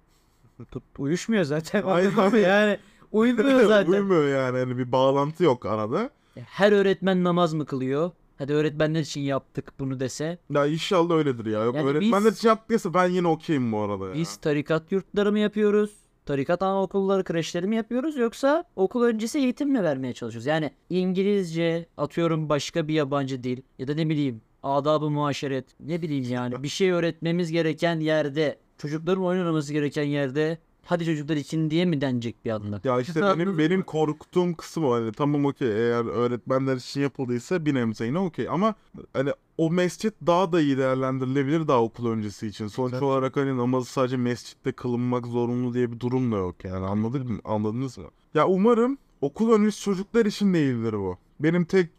Speaker 2: Tut- Uyuşmuyor zaten.
Speaker 1: Aynen.
Speaker 2: *laughs* Anladın mı? yani
Speaker 1: *laughs*
Speaker 2: uymuyor zaten.
Speaker 1: Uymuyor yani hani bir bağlantı yok arada.
Speaker 2: Her öğretmen namaz mı kılıyor? Hadi öğretmenler için yaptık bunu dese.
Speaker 1: Ya inşallah öyledir ya. Yok
Speaker 2: Yani
Speaker 1: öğretmenler
Speaker 2: biz-
Speaker 1: için yaptıysa ben yine okeyim bu arada ya.
Speaker 2: Biz tarikat yurtları mı yapıyoruz? Tarikat anaokulları, kreşleri mi yapıyoruz yoksa okul öncesi eğitim mi vermeye çalışıyoruz? Yani İngilizce, atıyorum başka bir yabancı dil ya da ne bileyim adab-ı muaşeret, ne bileyim yani bir şey öğretmemiz gereken yerde, çocukların oynaması gereken yerde hadi çocuklar için diye mi denecek bir anda?
Speaker 1: Ya işte benim benim korktuğum kısım o. Hani tamam okey eğer öğretmenler için yapıldıysa bir nebze yine okey ama hani o mescit daha da iyi değerlendirilebilir daha okul öncesi için. Sonuç
Speaker 2: Tabii.
Speaker 1: olarak hani namazı sadece mescitte kılınmak zorunlu diye bir durum da yok yani anladın mı? Anladınız mı? Ya umarım okul öncesi çocuklar için değildir bu. Benim tek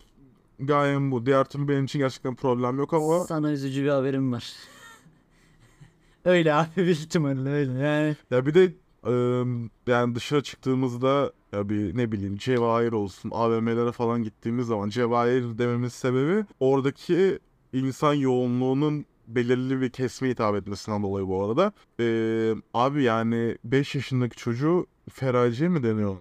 Speaker 1: gayem bu. Diğer türlü benim için gerçekten problem yok ama
Speaker 2: Sana üzücü bir haberim var. *laughs* öyle abi büyük ihtimalle öyle yani.
Speaker 1: Ya bir de ım, yani dışarı çıktığımızda ya bir ne bileyim Cevahir olsun AVM'lere falan gittiğimiz zaman Cevahir dememin sebebi oradaki insan yoğunluğunun belirli bir kesime hitap etmesinden dolayı bu arada. Ee, abi yani 5 yaşındaki çocuğu feraciye mi deniyor? ona?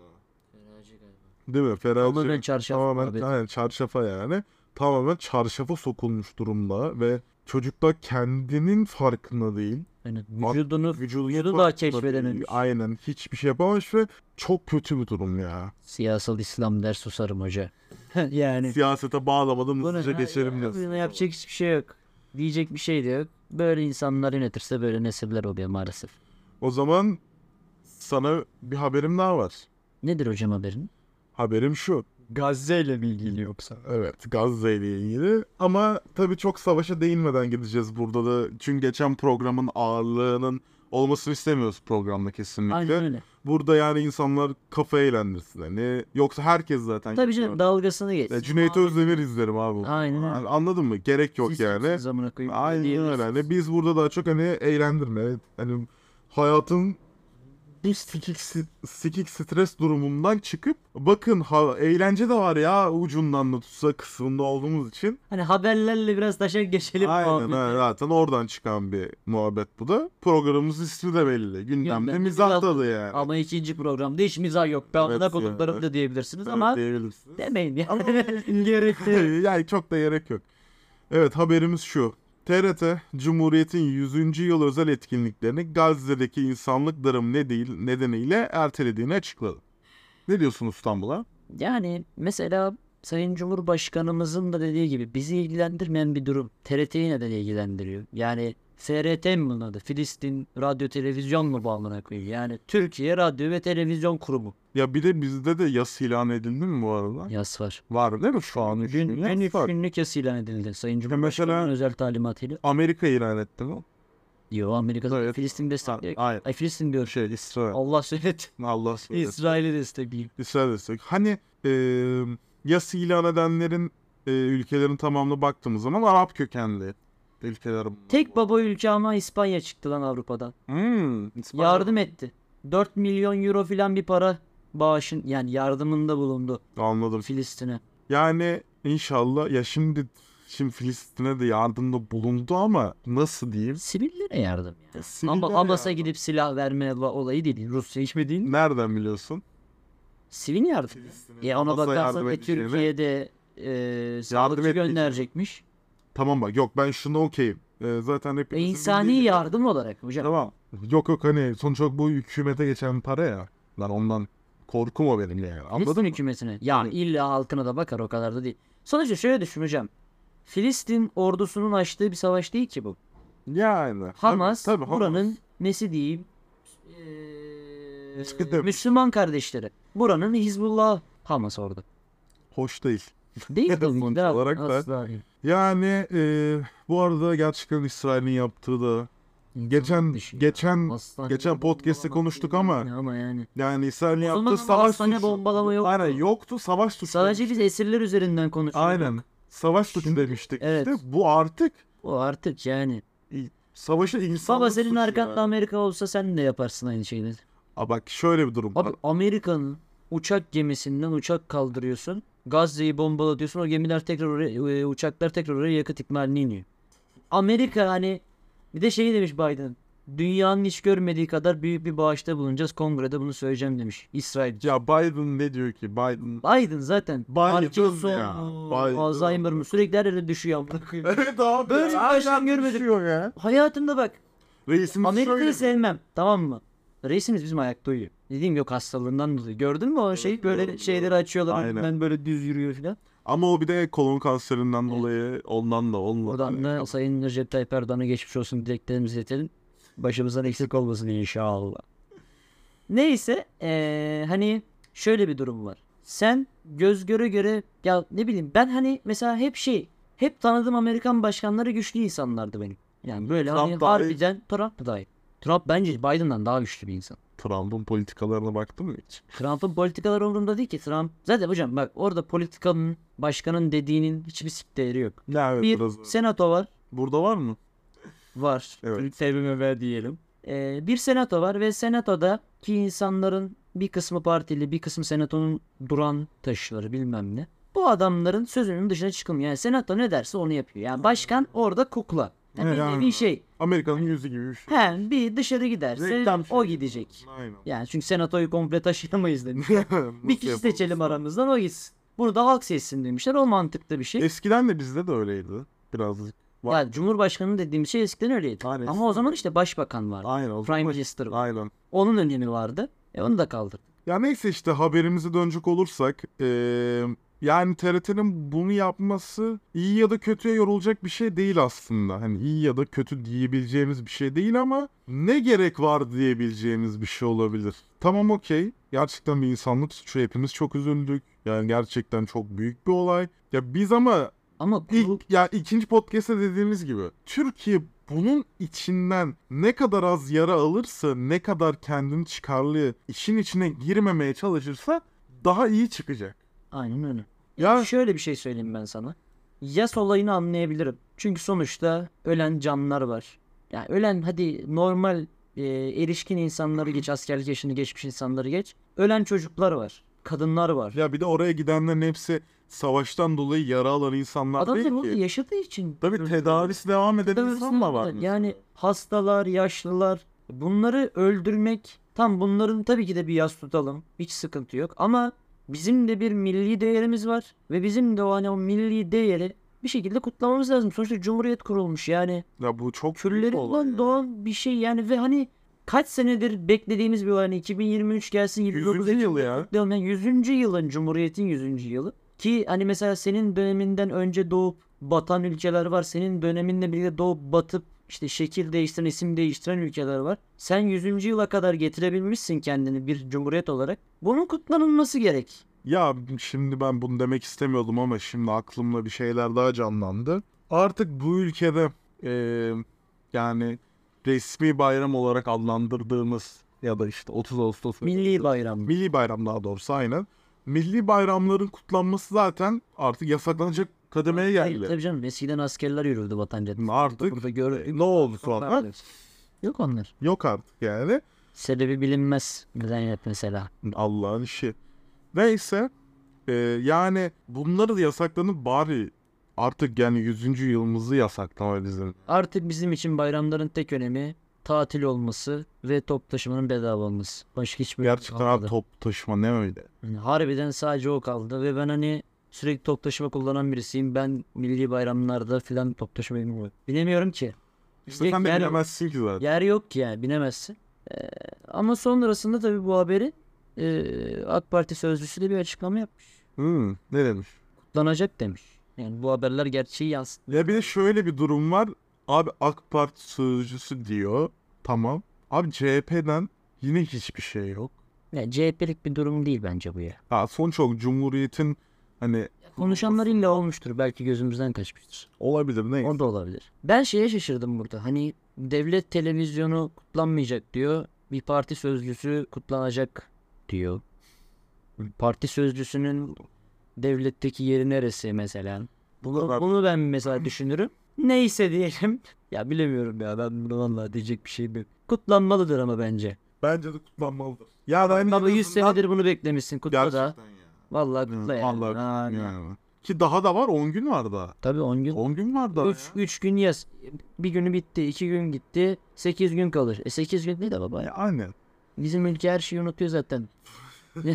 Speaker 1: Değil mi? Feraciye.
Speaker 2: Tamamen çarşaf
Speaker 1: Tamamen
Speaker 2: muhabbeti.
Speaker 1: aynen çarşafa yani. Tamamen çarşafa sokulmuş durumda ve çocuklar kendinin farkında değil.
Speaker 2: Yani vücudunu
Speaker 1: Vücudu
Speaker 2: Vücudu daha keşfedememiş.
Speaker 1: Aynen hiçbir şey yapamamış ve çok kötü bir durum ya.
Speaker 2: siyasal İslam der susarım hoca. *laughs* yani.
Speaker 1: Siyasete bağlamadım
Speaker 2: Bunu
Speaker 1: hızlıca geçelim diyorsun.
Speaker 2: yapacak hiçbir şey yok. Diyecek bir şey de yok. Böyle insanlar yönetirse böyle nesiller oluyor maalesef.
Speaker 1: O zaman sana bir haberim daha var.
Speaker 2: Nedir hocam haberin?
Speaker 1: Haberim şu.
Speaker 2: Gazze ile mi ilgili yoksa?
Speaker 1: Evet Gazze ile ilgili ama tabii çok savaşa değinmeden gideceğiz burada da. Çünkü geçen programın ağırlığının olmasını istemiyoruz programda kesinlikle.
Speaker 2: Aynen öyle.
Speaker 1: Burada yani insanlar kafa eğlendirsin hani. Yoksa herkes zaten.
Speaker 2: Tabii canım dalgasını geç.
Speaker 1: Ya Cüneyt Özdemir izlerim abi.
Speaker 2: Aynen öyle.
Speaker 1: Yani anladın mı? Gerek yok
Speaker 2: Siz
Speaker 1: yani.
Speaker 2: kimsiniz amına koyayım?
Speaker 1: Aynen
Speaker 2: Diyebilirsiniz.
Speaker 1: öyle. Hani biz burada daha çok hani eğlendirme. evet. Hani hayatın bir sikik, si- sikik stres durumundan çıkıp bakın ha, eğlence de var ya ucundan da tutsa kısmında olduğumuz için.
Speaker 2: Hani haberlerle biraz taşa geçelim.
Speaker 1: Aynen
Speaker 2: muhabbeti.
Speaker 1: öyle. Zaten oradan çıkan bir muhabbet bu da. Programımızın ismi de belli. Gündemde
Speaker 2: Gündemde
Speaker 1: mizah
Speaker 2: mizah.
Speaker 1: tadı yani.
Speaker 2: Ama ikinci programda hiç mizah yok. Ben
Speaker 1: Evet
Speaker 2: ona
Speaker 1: ya,
Speaker 2: konuklarım
Speaker 1: evet.
Speaker 2: da diyebilirsiniz
Speaker 1: Evet,
Speaker 2: ama
Speaker 1: diyebilirsin.
Speaker 2: demeyin ya. *laughs*
Speaker 1: Ama-
Speaker 2: Gerekli.
Speaker 1: yani çok da gerek yok. Evet haberimiz şu. TRT, Cumhuriyet'in 100. yıl özel etkinliklerini Gazze'deki insanlık dramı ne değil, nedeniyle ertelediğini açıkladı. Ne diyorsun İstanbul'a?
Speaker 2: Yani mesela Sayın Cumhurbaşkanımızın da dediği gibi bizi ilgilendirmeyen bir durum TRT'yi neden ilgilendiriyor? Yani FRT mi bunun adı? Filistin Radyo Televizyon mu bu amına koyayım? Yani Türkiye Radyo ve Televizyon Kurumu.
Speaker 1: Ya bir de bizde de yas ilan edildi mi bu arada?
Speaker 2: Yas var.
Speaker 1: Var değil mi şu an? üç
Speaker 2: Gün,
Speaker 1: milyon
Speaker 2: en üç
Speaker 1: var.
Speaker 2: günlük yas ilan edildi Sayın
Speaker 1: mesela-
Speaker 2: Cumhurbaşkanı'nın özel talimatıyla.
Speaker 1: Amerika ilan etti mi?
Speaker 2: Yo Amerika'da
Speaker 1: Evet.
Speaker 2: Filistin
Speaker 1: Ha,
Speaker 2: destekliyor.
Speaker 1: Hayır.
Speaker 2: Ay Filistin diyor.
Speaker 1: Şey İsrail.
Speaker 2: Allah söylet.
Speaker 1: Allah söylesin.
Speaker 2: İsrail'i destekliyor.
Speaker 1: İsrail destek. Hani e, yas ilan edenlerin e, ülkelerin tamamına baktığımız zaman Arap kökenli ülkeler.
Speaker 2: Tek baba ülke ama İspanya çıktı lan Avrupa'dan.
Speaker 1: Hmm, İspanya.
Speaker 2: Yardım etti. 4 milyon euro filan bir para bağışın yani yardımında bulundu
Speaker 1: Anladım.
Speaker 2: Filistin'e.
Speaker 1: Yani inşallah ya şimdi şimdi Filistin'e de yardımda bulundu ama nasıl diyeyim?
Speaker 2: Sivillere yardım yani. Ama
Speaker 1: Sivillere
Speaker 2: Hamas'a
Speaker 1: yardım.
Speaker 2: gidip silah verme la- olayı değil. Rusya hiçbir değil.
Speaker 1: Nereden biliyorsun?
Speaker 2: Sivil yardım. Ya ona
Speaker 1: Hamas'a yardım
Speaker 2: bakarsan e,
Speaker 1: edeceğini-
Speaker 2: Türkiye'de e, sağlıkçı
Speaker 1: etmeyeceğini.
Speaker 2: gönderecekmiş.
Speaker 1: Tamam bak yok ben şunu okeyim. Ee, zaten hep
Speaker 2: E, insani yardım olarak hocam.
Speaker 1: Tamam. Yok yok hani sonuç olarak bu hükümete geçen para ya. Lan ondan korkum o benim yani. Anladın
Speaker 2: Filistin
Speaker 1: mı?
Speaker 2: hükümetine. Ya
Speaker 1: Yani-
Speaker 2: illa halkına da bakar o kadar da değil. Sonuçta şöyle düşüneceğim. Filistin ordusunun açtığı bir savaş değil ki bu.
Speaker 1: Yani.
Speaker 2: Hamas
Speaker 1: Tabii, tabii, Hamas.
Speaker 2: buranın nesi diyeyim
Speaker 1: Sıkıntı
Speaker 2: eee,
Speaker 1: yok.
Speaker 2: Müslüman kardeşleri. Buranın Hizbullah
Speaker 1: *laughs*
Speaker 2: Hamas orada.
Speaker 1: Hoş değil.
Speaker 2: Değil mi?
Speaker 1: Evet, sonuç
Speaker 2: Daha-
Speaker 1: olarak da-
Speaker 2: asla değil.
Speaker 1: Yani e, bu arada gerçekten İsrail'in yaptığı da geçen
Speaker 2: Dışı ya.
Speaker 1: geçen
Speaker 2: Hastane
Speaker 1: geçen podcast'te
Speaker 2: bombalama
Speaker 1: konuştuk
Speaker 2: değil
Speaker 1: ama-
Speaker 2: yani Ama yani.
Speaker 1: Yani İsrail'in
Speaker 2: O zaman
Speaker 1: yaptığı
Speaker 2: ama
Speaker 1: savaş
Speaker 2: hastane bombalama yoktu.
Speaker 1: Aynen yoktu savaş suçu.
Speaker 2: Sadece
Speaker 1: demiştik.
Speaker 2: biz esirler üzerinden konuşuyoruz.
Speaker 1: Aynen. Savaş suçu demiştik
Speaker 2: Evet.
Speaker 1: işte. Bu artık
Speaker 2: O artık yani.
Speaker 1: savaşı insanlık
Speaker 2: Baba senin
Speaker 1: suçu
Speaker 2: arkanda
Speaker 1: yani.
Speaker 2: Amerika olsa sen de yaparsın aynı şeyleri.
Speaker 1: Aa, bak şöyle bir durum var.
Speaker 2: Abi Amerika'nın uçak gemisinden uçak kaldırıyorsun. Gazze'yi bombalatıyorsun. O gemiler tekrar oraya, e, uçaklar tekrar oraya yakıt ikmaline iniyor. Amerika hani bir de şey demiş Biden. Dünyanın hiç görmediği kadar büyük bir bağışta bulunacağız. Kongrede bunu söyleyeceğim demiş. İsrail.
Speaker 1: Ya Biden ne diyor ki? Biden
Speaker 2: Biden zaten
Speaker 1: Biden
Speaker 2: Parkinson,
Speaker 1: ya, Biden.
Speaker 2: Alzheimer mı sürekli her yere düşüyor. amına koyayım.
Speaker 1: *laughs* *laughs* Evet abi.
Speaker 2: Böyle bir
Speaker 1: Aynen
Speaker 2: başkan görmedim.
Speaker 1: düşüyor ya.
Speaker 2: Hayatımda bak
Speaker 1: Reisimiz şöyle.
Speaker 2: Amerika'yı sevmem tamam mı? Reisimiz bizim ayakta uyuyor. Dediğim yok hastalığından dolayı. Gördün mü o şey böyle
Speaker 1: doğru,
Speaker 2: şeyleri
Speaker 1: doğru.
Speaker 2: açıyorlar.
Speaker 1: Aynen.
Speaker 2: Ben böyle düz yürüyor falan.
Speaker 1: Ama o bir de kolon kanserinden dolayı ondan da onunla.
Speaker 2: Buradan da Sayın Recep Tayyip Erdoğan'a geçmiş olsun dileklerimizi iletelim. Başımızdan eksik olmasın inşallah. Neyse eee, hani şöyle bir durum var. Sen göz göre göre ya ne bileyim ben hani mesela hep şey hep tanıdığım Amerikan başkanları güçlü insanlardı benim. Yani böyle
Speaker 1: Trump
Speaker 2: hani
Speaker 1: dahil.
Speaker 2: harbiden Trump da dahil. Trump bence Biden'dan daha güçlü bir insan.
Speaker 1: Trump'ın politikalarına baktın mı hiç?
Speaker 2: Trump'ın politikalar umurumda değil ki Trump. Zaten hocam bak orada politikanın başkanın dediğinin hiçbir sik değeri yok.
Speaker 1: Ne evet
Speaker 2: bir
Speaker 1: biraz.
Speaker 2: senato var.
Speaker 1: Burada var mı?
Speaker 2: Var.
Speaker 1: Evet.
Speaker 2: Evet. TBMM diyelim. Ee, bir senato var ve senatoda ki insanların bir kısmı partili bir kısmı senatonun duran taşları bilmem ne. Bu adamların sözünün dışına çıkılmıyor. Yani senato ne derse onu yapıyor. Yani başkan orada kukla. Yani
Speaker 1: Evet,
Speaker 2: bir
Speaker 1: yani.
Speaker 2: nevi şey.
Speaker 1: Amerika'nın yüzü gibi bir şey.
Speaker 2: He, bir dışarı giderse
Speaker 1: Reklam
Speaker 2: şey
Speaker 1: şey.
Speaker 2: o
Speaker 1: şeyi.
Speaker 2: gidecek.
Speaker 1: Aynen.
Speaker 2: Yani çünkü senatoyu komple
Speaker 1: *laughs*
Speaker 2: taşıyamayız demiş.
Speaker 1: Nasıl
Speaker 2: Bir kişi
Speaker 1: yapalım?
Speaker 2: seçelim aramızdan o gitsin. Bunu da halk seçsin demişler. O mantıklı bir şey.
Speaker 1: Eskiden de bizde de öyleydi. Birazcık. var.
Speaker 2: yani Cumhurbaşkanı dediğim şey eskiden öyleydi.
Speaker 1: Aynen,
Speaker 2: Ama
Speaker 1: eskiden
Speaker 2: o zaman işte başbakan vardı.
Speaker 1: Aynen. o
Speaker 2: Prime
Speaker 1: zaman-
Speaker 2: Minister vardı.
Speaker 1: Aynen.
Speaker 2: Onun önemi vardı. E onu da kaldırdı.
Speaker 1: Ya neyse işte haberimize dönecek olursak eee, yani TRT'nin bunu yapması iyi ya da kötüye yorulacak bir şey değil aslında. Hani iyi ya da kötü diyebileceğimiz bir şey değil ama ne gerek var diyebileceğimiz bir şey olabilir. Tamam okey. Gerçekten bir insanlık suçu hepimiz çok üzüldük. Yani gerçekten çok büyük bir olay. Ya biz ama
Speaker 2: Ama kurul-
Speaker 1: ilk ya ikinci podcast'te dediğimiz gibi Türkiye bunun içinden ne kadar az yara alırsa, ne kadar kendini çıkarlı işin içine girmemeye çalışırsa daha iyi çıkacak.
Speaker 2: aynen öyle.
Speaker 1: Ya
Speaker 2: Şöyle bir şey söyleyeyim ben sana. Yas olayını anlayabilirim. Çünkü sonuçta ölen canlar var. Yani ölen hadi normal e, erişkin insanları geç, askerlik yaşını geçmiş insanları geç. Ölen çocuklar var. Kadınlar var.
Speaker 1: ya bir de oraya gidenlerin hepsi savaştan dolayı yara alan insanlar
Speaker 2: Adam da
Speaker 1: değil
Speaker 2: bunu
Speaker 1: ki.
Speaker 2: yaşadığı için.
Speaker 1: Tabii
Speaker 2: öldü.
Speaker 1: tedavisi devam eden
Speaker 2: Tedavisi
Speaker 1: insan da var.
Speaker 2: Yani hastalar, yaşlılar bunları öldürmek tam bunların tabii ki de bir yas tutalım. Hiç sıkıntı yok ama bizim de bir milli değerimiz var ve bizim de o hani o milli değeri bir şekilde kutlamamız lazım. Sonuçta cumhuriyet kurulmuş yani
Speaker 1: Ya bu çok büyük bir olay
Speaker 2: küllerinden
Speaker 1: ya.
Speaker 2: doğan bir şey yani ve hani kaç senedir beklediğimiz bir olay. Hani 2023 gelsin 29
Speaker 1: 100. yıl ya.
Speaker 2: kutlayalım. Yani 100. yılın Cumhuriyet'in 100. yılı. Ki hani mesela senin döneminden önce doğup batan ülkeler var. Senin döneminle birlikte doğup batıp işte şekil değiştiren, isim değiştiren ülkeler var. Sen 100. yıla kadar getirebilmişsin kendini bir cumhuriyet olarak. Bunun kutlanılması gerek.
Speaker 1: Ya şimdi ben bunu demek istemiyordum ama şimdi aklımda bir şeyler daha canlandı. Artık bu ülkede eee, yani resmi bayram olarak adlandırdığımız ya da işte 30 Ağustos
Speaker 2: Milli bayram.
Speaker 1: milli bayram daha doğrusu aynen. Milli bayramların kutlanması zaten artık yasaklanacak kademeye
Speaker 2: Hayır,
Speaker 1: geldi.
Speaker 2: tabii canım eskiden askerler yürürdü vatan caddesinde.
Speaker 1: Artık
Speaker 2: Burada gördük.
Speaker 1: E, ne oldu sonra?
Speaker 2: Yok onlar.
Speaker 1: Yok artık yani.
Speaker 2: Sebebi bilinmez. Neden yap mesela?
Speaker 1: Allah'ın işi. Neyse e, yani bunları da yasaklanıp bari artık yani 100. yılımızı yasaklamalıyız.
Speaker 2: Artık bizim için bayramların tek önemi tatil olması ve top taşımanın bedava olması. Başka hiçbir
Speaker 1: Gerçekten abi
Speaker 2: kalmadı.
Speaker 1: top taşıma ne öyle?
Speaker 2: Yani Harbiden sadece o kaldı ve ben hani sürekli top taşıma kullanan birisiyim. Ben milli bayramlarda filan top taşımayı bilmiyorum. Binemiyorum ki.
Speaker 1: İşte sen de
Speaker 2: yer,
Speaker 1: bilemezsin ki zaten.
Speaker 2: yer yok ki yani binemezsin. Ee, ama sonrasında tabii bu haberi e, AK Parti sözcüsü de bir açıklama yapmış.
Speaker 1: Hmm, ne demiş?
Speaker 2: Kutlanacak demiş. Yani bu haberler gerçeği yansıtıyor.
Speaker 1: Ya bir de şöyle bir durum var. Abi AK Parti sözcüsü diyor. Tamam. Abi CHP'den yine hiçbir şey yok.
Speaker 2: Yani CHP'lik bir durum değil bence bu ya.
Speaker 1: Ha, sonuç olarak Cumhuriyet'in hani
Speaker 2: Konuşanlar illa olmuştur. Belki gözümüzden kaçmıştır.
Speaker 1: olabilir neyse.
Speaker 2: O da olabilir. Ben şeye şaşırdım burada. Hani devlet televizyonu kutlanmayacak diyor. Bir parti sözcüsü kutlanacak diyor. Parti sözcüsünün devletteki yeri neresi mesela? Bunu, bunu ben mesela düşünürüm. Neyse diyelim. Ya bilemiyorum ya ben bunu vallahi diyecek bir şeyim yok. Kutlanmalıdır ama bence.
Speaker 1: Bence de kutlanmalıdır. Ya da en
Speaker 2: Baba 100
Speaker 1: azından-
Speaker 2: senedir bunu beklemişsin kutla da.
Speaker 1: Gerçekten ya.
Speaker 2: Vallahi kutla yani.
Speaker 1: Allah
Speaker 2: Ha,
Speaker 1: yani. Ki daha da var 10 gün var daha.
Speaker 2: Tabii 10 gün
Speaker 1: 10 gün var daha.
Speaker 2: 3
Speaker 1: ya.
Speaker 2: üç gün yaz. Bir günü bitti, iki gün gitti, 8 gün kalır. E 8 gün değil de baba
Speaker 1: Ya
Speaker 2: ya.
Speaker 1: Aynen.
Speaker 2: Bizim ülke her şeyi unutuyor zaten.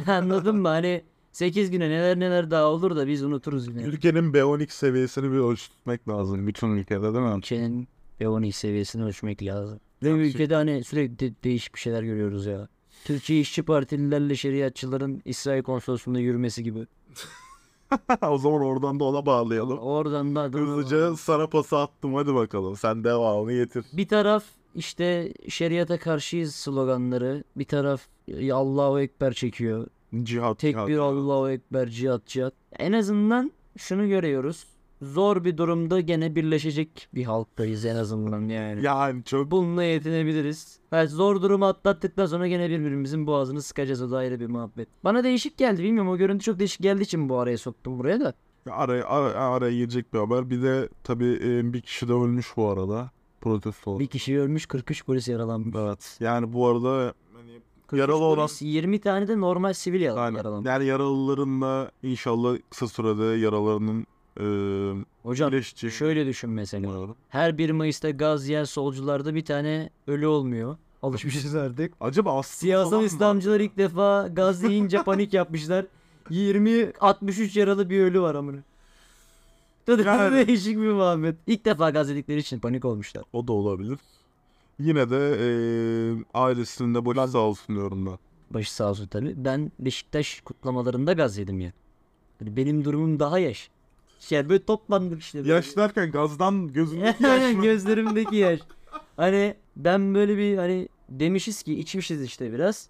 Speaker 2: Anladın mı? Hani 8 güne neler neler daha olur da biz unuturuz yine.
Speaker 1: Ülkenin B12 seviyesini bir ölçtürmek lazım bütün ülkede değil mi?
Speaker 2: Ülkenin B12 seviyesini ölçmek lazım. Ve
Speaker 1: Yapacak-
Speaker 2: ülkede hani sürekli de- değişik bir şeyler görüyoruz ya. Türkiye işçi partililerle şeriatçıların İsrail konsolosluğunda yürümesi gibi.
Speaker 1: o zaman oradan da ona bağlayalım.
Speaker 2: Oradan da
Speaker 1: Hızlıca sana pası attım hadi bakalım. Sen devamını getir.
Speaker 2: Bir taraf işte şeriata karşıyız sloganları. Bir taraf ya Allahu Ekber çekiyor.
Speaker 1: Cihat.
Speaker 2: Tek
Speaker 1: cihat.
Speaker 2: bir Allahu Ekber cihat cihat. En azından şunu görüyoruz. Zor bir durumda gene birleşecek bir halktayız en azından yani.
Speaker 1: Yani çok
Speaker 2: Bununla yetinebiliriz. Evet, zor durumu atlattıktan sonra gene birbirimizin boğazını sıkacağız o da ayrı bir muhabbet. Bana değişik geldi bilmiyorum o görüntü çok değişik geldiği için bu araya soktum buraya da.
Speaker 1: araya, ara- araya girecek bir haber. Bir de tabii e, bir kişi de ölmüş bu arada. Protesto.
Speaker 2: Bir kişi ölmüş 43 polis yaralanmış.
Speaker 1: Evet. Yani bu arada hani
Speaker 2: 43
Speaker 1: Yaralı olan-
Speaker 2: polis, 20 tane de normal sivil yaralı-
Speaker 1: aynen.
Speaker 2: yaralanmış.
Speaker 1: Yani yaralıların da inşallah kısa sürede yaralarının e,
Speaker 2: Hocam
Speaker 1: iyileşeceği
Speaker 2: şöyle düşün mesela.
Speaker 1: umarım.
Speaker 2: Her 1 Mayıs'ta gaz yer solcularda bir tane ölü olmuyor. Alışmışız artık.
Speaker 1: Acaba Aslı falan
Speaker 2: Siyasal
Speaker 1: mı
Speaker 2: İslamcılar
Speaker 1: vardı?
Speaker 2: ilk defa gaz yiyince
Speaker 1: *laughs*
Speaker 2: panik yapmışlar. 20 63 yaralı bir ölü var amına. Tadı
Speaker 1: Yani.
Speaker 2: *laughs* değişik bir muhabbet. İlk defa gaz yedikleri için panik olmuşlar.
Speaker 1: O da olabilir. Yine de eee ailesinin de başı sağ olsun diyorum ben.
Speaker 2: Başı sağ olsun tabii. Ben Beşiktaş kutlamalarında gaz yedim ya. Hani benim durumum daha yaş. Yani böyle toplandık işte. böyle.
Speaker 1: Yaş derken gazdan
Speaker 2: *laughs*
Speaker 1: gözümdeki yaş
Speaker 2: Yani
Speaker 1: mı?
Speaker 2: Gözlerimdeki yaş. Hani ben böyle bir hani demişiz ki içmişiz işte biraz.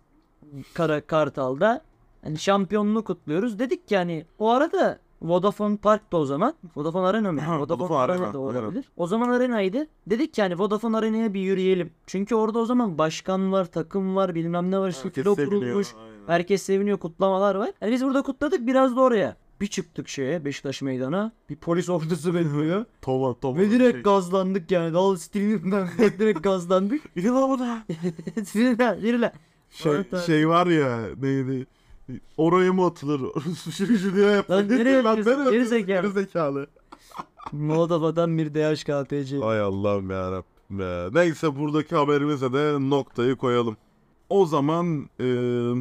Speaker 2: Kara Kartal'da. Hani şampiyonluğu kutluyoruz. Dedik ki hani o arada Vodafone Park'ta o zaman. Vodafone Arena mı?
Speaker 1: Ha, Vodafone Arena,
Speaker 2: da
Speaker 1: Arena.
Speaker 2: olabilir. O zaman Arena'ydı. Dedik ki hani Vodafone Arena'ya bir yürüyelim. Çünkü orada o zaman başkan var, takım var, bilmem ne var. işte
Speaker 1: Herkes
Speaker 2: kilo
Speaker 1: seviniyor.
Speaker 2: kurulmuş.
Speaker 1: aynen.
Speaker 2: Herkes seviniyor, kutlamalar var. Yani biz burada kutladık biraz da oraya. Bir çıktık şeye Beşiktaş meydana. Bir polis ordusu *laughs* bekliyor.
Speaker 1: Tova tova.
Speaker 2: Ve direkt
Speaker 1: şey.
Speaker 2: gazlandık yani. Dal streamimden
Speaker 1: *laughs*
Speaker 2: direkt gazlandık.
Speaker 1: İlim orada.
Speaker 2: Sinirlen, sinirlen.
Speaker 1: Şey,
Speaker 2: Evet, evet.
Speaker 1: şey var ya neydi? Oraya mı atılır? *laughs* Şu şu diye yaptı.
Speaker 2: Lan nereye atıyorsun? Geri zekalı.
Speaker 1: Geri zekalı.
Speaker 2: Moldova'dan bir DHKPC.
Speaker 1: Ay Allah'ım yarabbim ya. Neyse buradaki haberimize de noktayı koyalım. O zaman e,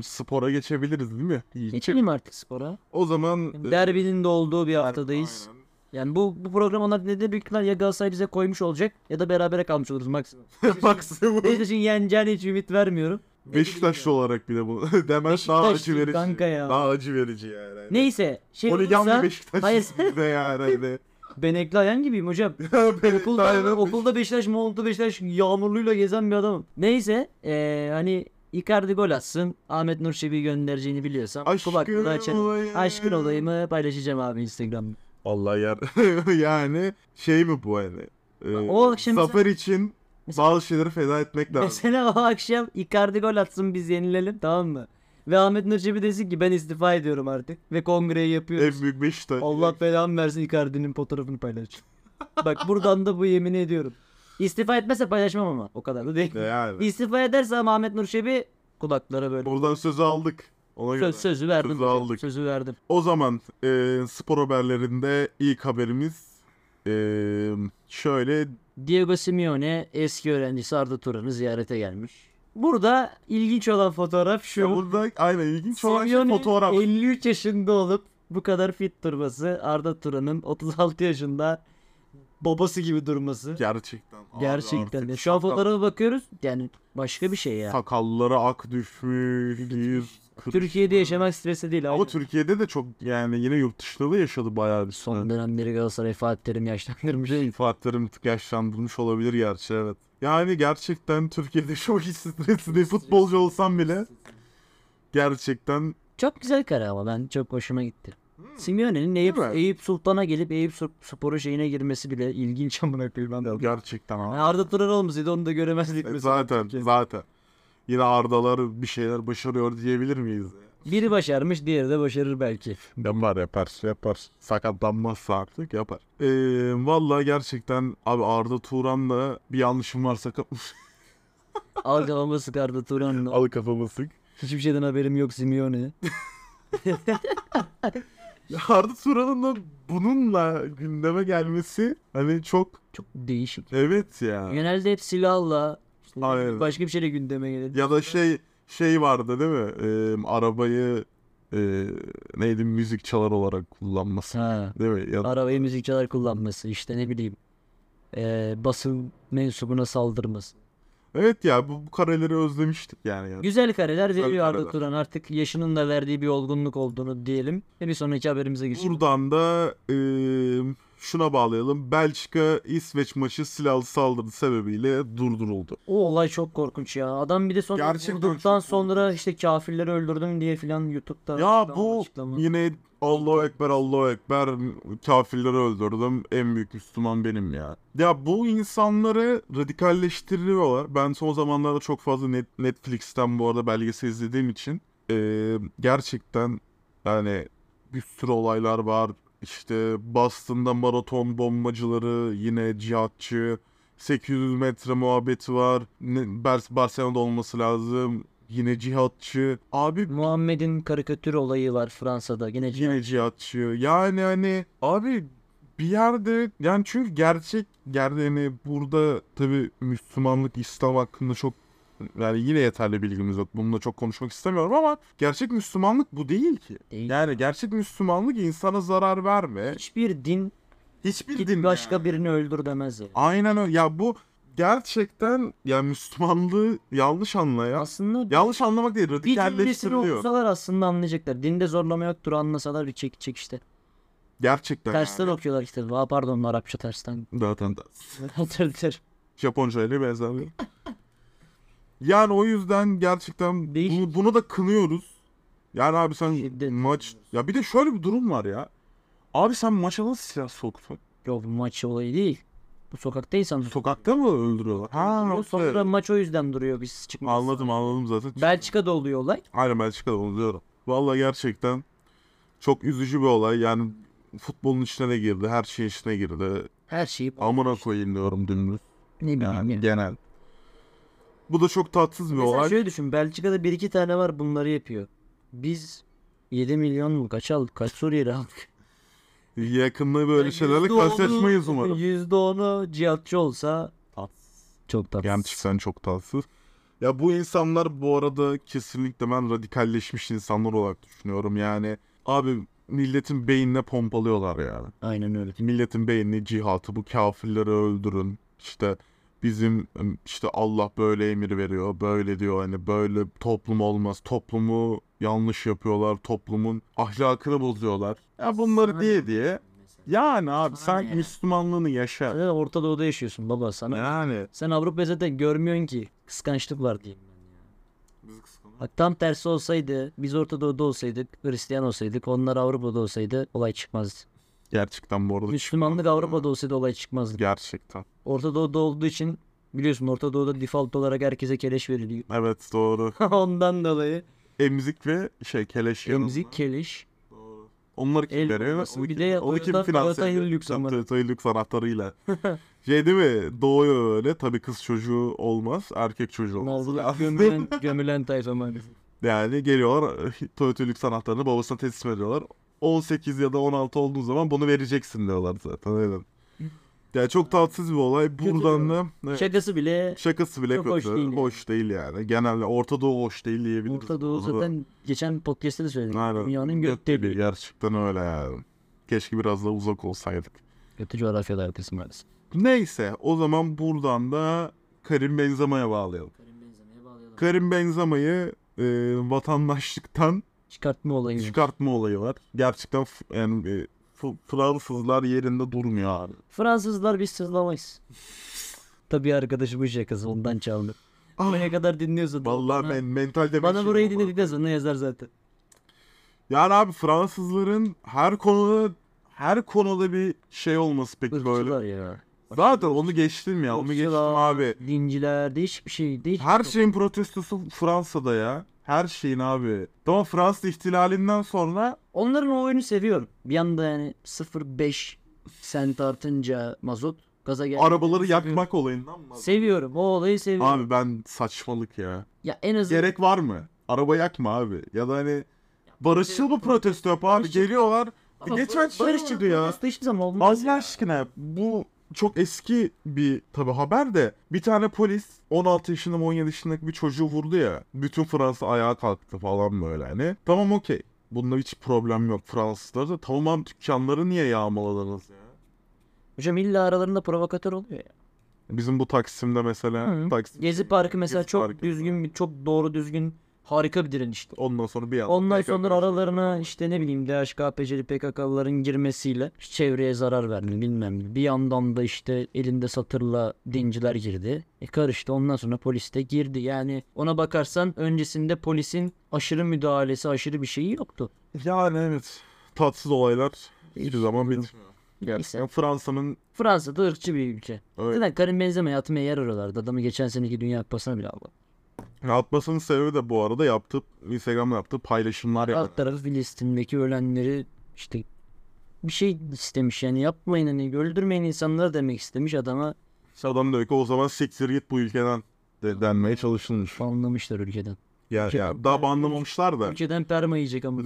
Speaker 1: spora geçebiliriz değil mi?
Speaker 2: Geçelim artık spora.
Speaker 1: O zaman e,
Speaker 2: Derbinin de olduğu bir haftadayız.
Speaker 1: Aynen.
Speaker 2: Yani bu bu program onlar dinlediğinde büyük ihtimal ya Galatasaray bize koymuş olacak ya da berabere kalmış oluruz maksimum.
Speaker 1: *laughs* Maksimum.
Speaker 2: Beşiktaş'ın yeneceğine hiç ümit vermiyorum.
Speaker 1: Beşiktaşlı olarak bile bu. *laughs* Demen daha
Speaker 2: Beşiktaşlı
Speaker 1: acı verici.
Speaker 2: kanka ya.
Speaker 1: Daha acı verici yani. Ne?
Speaker 2: Neyse şey
Speaker 1: Poligan bir
Speaker 2: olursa
Speaker 1: Beşiktaş.
Speaker 2: Hayır.
Speaker 1: Ne yani.
Speaker 2: *laughs*
Speaker 1: Hani.
Speaker 2: ben ekli ayan gibiyim hocam.
Speaker 1: Beni
Speaker 2: Okulda,
Speaker 1: dayanamamış.
Speaker 2: okulda Beşiktaş mı oldu Beşiktaş yağmurluyla gezen bir adamım. Neyse eee, hani Icardi gol atsın. Ahmet Nur Çebi'yi göndereceğini biliyorsam kulaklığı açarım.
Speaker 1: olayım.
Speaker 2: Aşkın olayımı paylaşacağım abi Instagram'da.
Speaker 1: Allah yar. *laughs* yani şey mi bu hani? Ee,
Speaker 2: O şimdi-
Speaker 1: zafer için
Speaker 2: Mesela-
Speaker 1: bazı şeyleri feda etmek lazım.
Speaker 2: Mesela o akşam Icardi gol atsın biz yenilelim tamam mı? Ve Ahmet Nur Çebi desin ki ben istifa ediyorum artık. Ve kongreyi yapıyoruz.
Speaker 1: en büyük Beşiktaş.
Speaker 2: Allah belamı versin Icardi'nin fotoğrafını paylaş. Bak buradan da bu yemini ediyorum. İstifa etmezse paylaşmam ama. O kadar da değil.
Speaker 1: Ne yani.
Speaker 2: İstifa ederse ama Ahmet Nur Çebi kulaklara böyle.
Speaker 1: Buradan sözü aldık. Ona göre.
Speaker 2: Söz, sözü verdim.
Speaker 1: Sözü
Speaker 2: hocam,
Speaker 1: aldık.
Speaker 2: Sözü verdim.
Speaker 1: O zaman e, spor haberlerinde ilk haberimiz e, şöyle
Speaker 2: Diego Simeone eski öğrencisi Arda Turan'ı ziyarete gelmiş. Burada ilginç olan fotoğraf şu.
Speaker 1: Ya burada aynen ilginç olan şey
Speaker 2: Simeone
Speaker 1: fotoğraf.
Speaker 2: 53 yaşında olup bu kadar fit durması Arda Turan'ın 36 yaşında babası gibi durması.
Speaker 1: Gerçekten. abi
Speaker 2: Gerçekten.
Speaker 1: artık
Speaker 2: de. Şu an
Speaker 1: sakal-
Speaker 2: fotoğrafa bakıyoruz. Yani başka bir şey ya.
Speaker 1: Sakallara ak düşmüş. yüz kırışmış.
Speaker 2: Türkiye'de yaşamak stresi değil.
Speaker 1: Ama
Speaker 2: abi.
Speaker 1: Türkiye'de de çok yani yine yurt dışında da yaşadı bayağı bir sonra.
Speaker 2: Son dönemleri Galatasaray Fatih Terim yaşlandırmış.
Speaker 1: Şey, Fatihlerim tık yaşlandırmış olabilir gerçi evet. Yani gerçekten Türkiye'de *laughs* çok iş stresi değil. Futbolcu olsam bile gerçekten
Speaker 2: Çok güzel karar ama ben çok hoşuma gitti. Simeone'nin Eyüp,
Speaker 1: Hmm. Değil mi?
Speaker 2: Eyüp Sultan'a gelip Eyüp Sur- Spor'u şeyine girmesi bile ilginç amına koyayım. ben de.
Speaker 1: gerçekten
Speaker 2: Yani
Speaker 1: abi.
Speaker 2: Arda Turan olmasaydı onu da göremezdik.
Speaker 1: E,
Speaker 2: mesela.
Speaker 1: Zaten zaten. Yine Ardalar bir şeyler başarıyor diyebilir miyiz?
Speaker 2: Biri başarmış diğeri de
Speaker 1: *laughs*
Speaker 2: başarır belki.
Speaker 1: Ben var yapar, yapar. Sakatlanmazsa artık yapar. Ee, vallahi gerçekten abi Arda Turan'la bir yanlışım varsa kapmış.
Speaker 2: Al kafama sık Arda Turan'la.
Speaker 1: *laughs* Al kafamı sık.
Speaker 2: Hiçbir şeyden haberim
Speaker 1: *laughs*
Speaker 2: yok Simeone. *laughs*
Speaker 1: Ya Arda Turan'ın da bununla gündeme gelmesi hani çok
Speaker 2: Çok değişik.
Speaker 1: evet ya.
Speaker 2: Genelde hep silahla işte
Speaker 1: Aynen.
Speaker 2: başka bir şeyle gündeme gelir.
Speaker 1: Ya da şey şey vardı değil mi? Ee, arabayı e, neydi müzik çalar olarak kullanması.
Speaker 2: Ha.
Speaker 1: Değil mi? Ya,
Speaker 2: Arabayı müzikçiler kullanması işte ne bileyim. Ee, basın mensubuna saldırması.
Speaker 1: evet ya bu, bu kareleri özlemiştik yani. yani.
Speaker 2: Güzel kareler veriyor Arda
Speaker 1: kareler.
Speaker 2: Turan. Artık yaşının da verdiği bir olgunluk olduğunu diyelim. Ve bir sonraki haberimize geçelim.
Speaker 1: Buradan da e, şuna bağlayalım. Belçika İsveç maçı silahlı saldırı sebebiyle durduruldu.
Speaker 2: O olay çok korkunç ya. Adam bir de sonra
Speaker 1: Gerçekten
Speaker 2: vurduktan
Speaker 1: çok
Speaker 2: sonra işte kafirleri öldürdüm diye filan YouTube'da
Speaker 1: Ya
Speaker 2: açıklama-
Speaker 1: bu
Speaker 2: açıklama.
Speaker 1: yine Allahu Ekber Allahu Ekber kafirleri öldürdüm en büyük Müslüman benim ya. Ya bu insanları radikalleştiriyorlar. Ben son zamanlarda çok fazla net, Netflix'ten bu arada belgesel izlediğim için eee, gerçekten yani bir sürü olaylar var. İşte Boston'da maraton bombacıları yine cihatçı 800 metre muhabbeti var. Ne- Bar- Barcelona'da olması lazım. Yine cihatçı. Abi
Speaker 2: Muhammed'in karikatür olayı var Fransa'da. Yine
Speaker 1: yine cihatçı. Yani hani abi bir yerde yani çünkü gerçek yerde hani burada tabii Müslümanlık, İslam hakkında çok yani yine yeterli bilgimiz yok. Bununla çok konuşmak istemiyorum ama gerçek Müslümanlık bu değil ki.
Speaker 2: değil.
Speaker 1: Yani gerçek Müslümanlık insana zarar verme.
Speaker 2: Hiçbir din
Speaker 1: Hiçbir
Speaker 2: git
Speaker 1: din
Speaker 2: başka
Speaker 1: yani.
Speaker 2: birini öldür demez ya.
Speaker 1: Aynen öyle. Ya bu gerçekten ya Müslümanlığı yanlış anlayan.
Speaker 2: Aslında
Speaker 1: Yanlış anlamak değil,
Speaker 2: bir cümlesini
Speaker 1: radikalleştiriliyor.
Speaker 2: okusalar aslında anlayacaklar. Dinde zorlama yoktur anlasalar bir çek çek işte.
Speaker 1: Gerçekten
Speaker 2: Tersten
Speaker 1: yani.
Speaker 2: okuyorlar işte. Aa, pardon Arapça tersten. *laughs*
Speaker 1: Zaten de.
Speaker 2: Tır tır.
Speaker 1: Japonca ile
Speaker 2: *laughs*
Speaker 1: benzemiyor. yani o yüzden gerçekten
Speaker 2: Değişik.
Speaker 1: bunu, bunu da kınıyoruz. Yani abi sen
Speaker 2: Şiddet.
Speaker 1: maç... Ya bir de şöyle bir durum var ya. Abi sen maça nasıl silah soktun?
Speaker 2: Yok bu maç olayı değil. Bu sokakta insan
Speaker 1: Sokakta mı öldürüyorlar? Ha,
Speaker 2: tutuyor. Sonra
Speaker 1: evet.
Speaker 2: maç o yüzden duruyor biz çıkmıyoruz.
Speaker 1: Anladım anladım zaten.
Speaker 2: Belçika'da oluyor olay.
Speaker 1: Aynen Belçika'da onu diyorum. Valla gerçekten çok üzücü bir olay. Yani futbolun içine de girdi. Her şey içine girdi.
Speaker 2: Her şeyi
Speaker 1: Amına koyayım diyorum dümdüz.
Speaker 2: ne bileyim yani.
Speaker 1: Yani genel. Bu da çok tatsız bir
Speaker 2: Mesela
Speaker 1: olay.
Speaker 2: şöyle düşün Belçika'da bir iki tane var bunları yapıyor. Biz 7 milyon mu kaç aldık? Kaç Suriyeli aldık?
Speaker 1: Yakında böyle şeylerle karşılaşmayız
Speaker 2: *laughs*
Speaker 1: umarım.
Speaker 2: %10'u cihatçı olsa çok tatsız.
Speaker 1: Gerçekten çok tatsız. Ya bu insanlar bu arada kesinlikle ben radikalleşmiş insanlar olarak düşünüyorum. Yani abi milletin beynine pompalıyorlar yani.
Speaker 2: Aynen öyle.
Speaker 1: milletin beynini cihatı bu kafirleri öldürün işte bizim ım, işte Allah böyle emir veriyor böyle diyor hani böyle toplum olmaz toplumu yanlış yapıyorlar toplumun ahlakını bozuyorlar ya bunları
Speaker 2: Sana
Speaker 1: diye
Speaker 2: ne?
Speaker 1: diye yani abi
Speaker 2: Sana
Speaker 1: sen
Speaker 2: ne?
Speaker 1: Müslümanlığını yaşa
Speaker 2: Sen Orta Doğu'da yaşıyorsun baba sana.
Speaker 1: yani
Speaker 2: Sen Avrupa'yı zaten görmüyorsun ki. Kıskançlık var diyeyim ben ya. Bak tam tersi olsaydı, biz Orta Doğu'da olsaydık, Hristiyan olsaydık, onlar Avrupa'da olsaydı olay çıkmazdı.
Speaker 1: gerçekten bu arada
Speaker 2: Müslümanlık Avrupa'da olsaydı olay çıkmazdı.
Speaker 1: gerçekten
Speaker 2: Orta Doğu'da olduğu için biliyorsun Orta Doğu'da default olarak herkese keleş veriliyor. *laughs*
Speaker 1: evet doğru
Speaker 2: Ondan dolayı
Speaker 1: emzik ve şey keleş yanında.
Speaker 2: emzik, keleş.
Speaker 1: Onları kim
Speaker 2: E, El
Speaker 1: veriyor?
Speaker 2: bombası.
Speaker 1: O
Speaker 2: Bir
Speaker 1: kim-
Speaker 2: de
Speaker 1: o kim
Speaker 2: Toyota-
Speaker 1: finanse
Speaker 2: Toyota
Speaker 1: ediyor?
Speaker 2: Hilux ama.
Speaker 1: Toyota Hilux
Speaker 2: *laughs*
Speaker 1: anahtarıyla. şey değil mi? Doğuyor öyle. Tabii kız çocuğu olmaz. Erkek çocuğu olmaz.
Speaker 2: Nazlı gömülen, gömülen tayfa maalesef.
Speaker 1: *laughs* yani geliyorlar Toyota Hilux anahtarını babasına teslim ediyorlar. 18 ya da 16 olduğun zaman bunu vereceksin diyorlar zaten. Aynen. Yani çok tatsız bir olay.
Speaker 2: Kötü
Speaker 1: Buradan
Speaker 2: bir
Speaker 1: da evet,
Speaker 2: Şey Şakası bile
Speaker 1: şakası bile
Speaker 2: Çok
Speaker 1: kötü.
Speaker 2: hoş
Speaker 1: Hoş
Speaker 2: değil
Speaker 1: değil, yani. Genelde Orta Doğu hoş değil diyebiliriz.
Speaker 2: Orta Doğu
Speaker 1: Orada-
Speaker 2: zaten geçen podcast'te de söyledik.
Speaker 1: Aynen.
Speaker 2: Dünyanın
Speaker 1: Gök
Speaker 2: gökte
Speaker 1: deliği.
Speaker 2: bir
Speaker 1: Gerçekten öyle yani. Keşke biraz daha uzak olsaydık.
Speaker 2: kötü coğrafyalar ülkesi maalesef.
Speaker 1: Neyse o zaman buradan da Karim Benzema'ya bağlayalım. Karim Benzema'yı e, vatandaşlıktan
Speaker 2: Çıkartma olayı.
Speaker 1: çıkartma olayı var. Gerçekten f- yani e, f- Fransızlar yerinde durmuyor abi.
Speaker 2: Fransızlar biz sızlamayız. *laughs* Tabii arkadaşımın şakası ondan çaldı.
Speaker 1: Ah,
Speaker 2: Buraya kadar dinliyorsun.
Speaker 1: vallahi
Speaker 2: bana,
Speaker 1: ben mental demek
Speaker 2: Bana
Speaker 1: şey
Speaker 2: burayı
Speaker 1: yok.
Speaker 2: dinledikten sonra yazar zaten.
Speaker 1: Yani abi Fransızların her konuda her konuda bir şey olması pek böyle.
Speaker 2: Irkçılar ya.
Speaker 1: Zaten onu geçtim ya. Onu geçtim
Speaker 2: Irkçılar,
Speaker 1: abi.
Speaker 2: Dinciler değişik bir şey. Değişik
Speaker 1: Her şeyin protestosu Fransa'da ya. Her şeyin abi. Tamam Fransa ihtilalinden sonra
Speaker 2: Onların o oyunu seviyorum. Bir yanda yani 0.5 sent artınca mazot gaza geldi.
Speaker 1: arabaları yakmak olayından mı?
Speaker 2: Seviyorum. O olayı seviyorum.
Speaker 1: Abi ben saçmalık ya.
Speaker 2: Ya en azından
Speaker 1: Gerek var mı? Araba yakma abi. Ya da hani barışçıl bir protesto yap abi.
Speaker 2: Barışçıl-
Speaker 1: Geliyorlar.
Speaker 2: Ama
Speaker 1: Geçen şey
Speaker 2: barışçıl
Speaker 1: oldu ya.
Speaker 2: protesto hiçbir zaman olmaz.
Speaker 1: Allah aşkına bu çok eski bir tabi haber de bir tane polis 16 yaşında mı 17 yaşındaki bir çocuğu vurdu ya. Bütün Fransa ayağa kalktı falan böyle hani. Tamam okey. Bunda hiç problem yok Fransızlarda. Tamam dükkanları niye yağmaladınız ya?
Speaker 2: Hocam illa aralarında provokatör oluyor ya.
Speaker 1: Bizim bu Taksim'de mesela
Speaker 2: Hı.
Speaker 1: Taksim
Speaker 2: Gezi Parkı mesela
Speaker 1: Gezi
Speaker 2: çok
Speaker 1: Parkı.
Speaker 2: düzgün, bir, çok doğru düzgün harika bir direnişti.
Speaker 1: Ondan sonra bir anda
Speaker 2: Ondan
Speaker 1: tekrar-
Speaker 2: sonra aralarına işte ne bileyim DHKPC'li PKK'lıların girmesiyle çevreye zarar verdi bilmem ne. Bir yandan da işte elinde satırla dinciler girdi. E karıştı ondan sonra polis de girdi. Yani ona bakarsan öncesinde polisin aşırı müdahalesi aşırı bir şeyi yoktu.
Speaker 1: Yani evet. Tatsız olaylar hiçbir
Speaker 2: Hiç
Speaker 1: zaman
Speaker 2: bilmiyorum.
Speaker 1: bitmiyor. Gerçekten Fransa'nın
Speaker 2: Fransa da ırkçı bir ülke.
Speaker 1: öyle
Speaker 2: Zaten Karim Benzema yatmaya yer oralarda. Adamı geçen seneki Dünya Kupası'na bile aldı.
Speaker 1: atmasının sebebi de bu arada yaptığı Instagram'da yaptığı paylaşımlar yani.
Speaker 2: Alt tarafı Filistin'deki ölenleri işte bir şey istemiş yani yapmayın hani öldürmeyin insanları demek istemiş adama
Speaker 1: İşte adam diyor ki o zaman siktir git bu ülkeden de- denmeye çalışılmış.
Speaker 2: banlamışlar ülkeden.
Speaker 1: Ya, ya daha banlamamışlar da.
Speaker 2: Ülkeden perma yiyecek ama.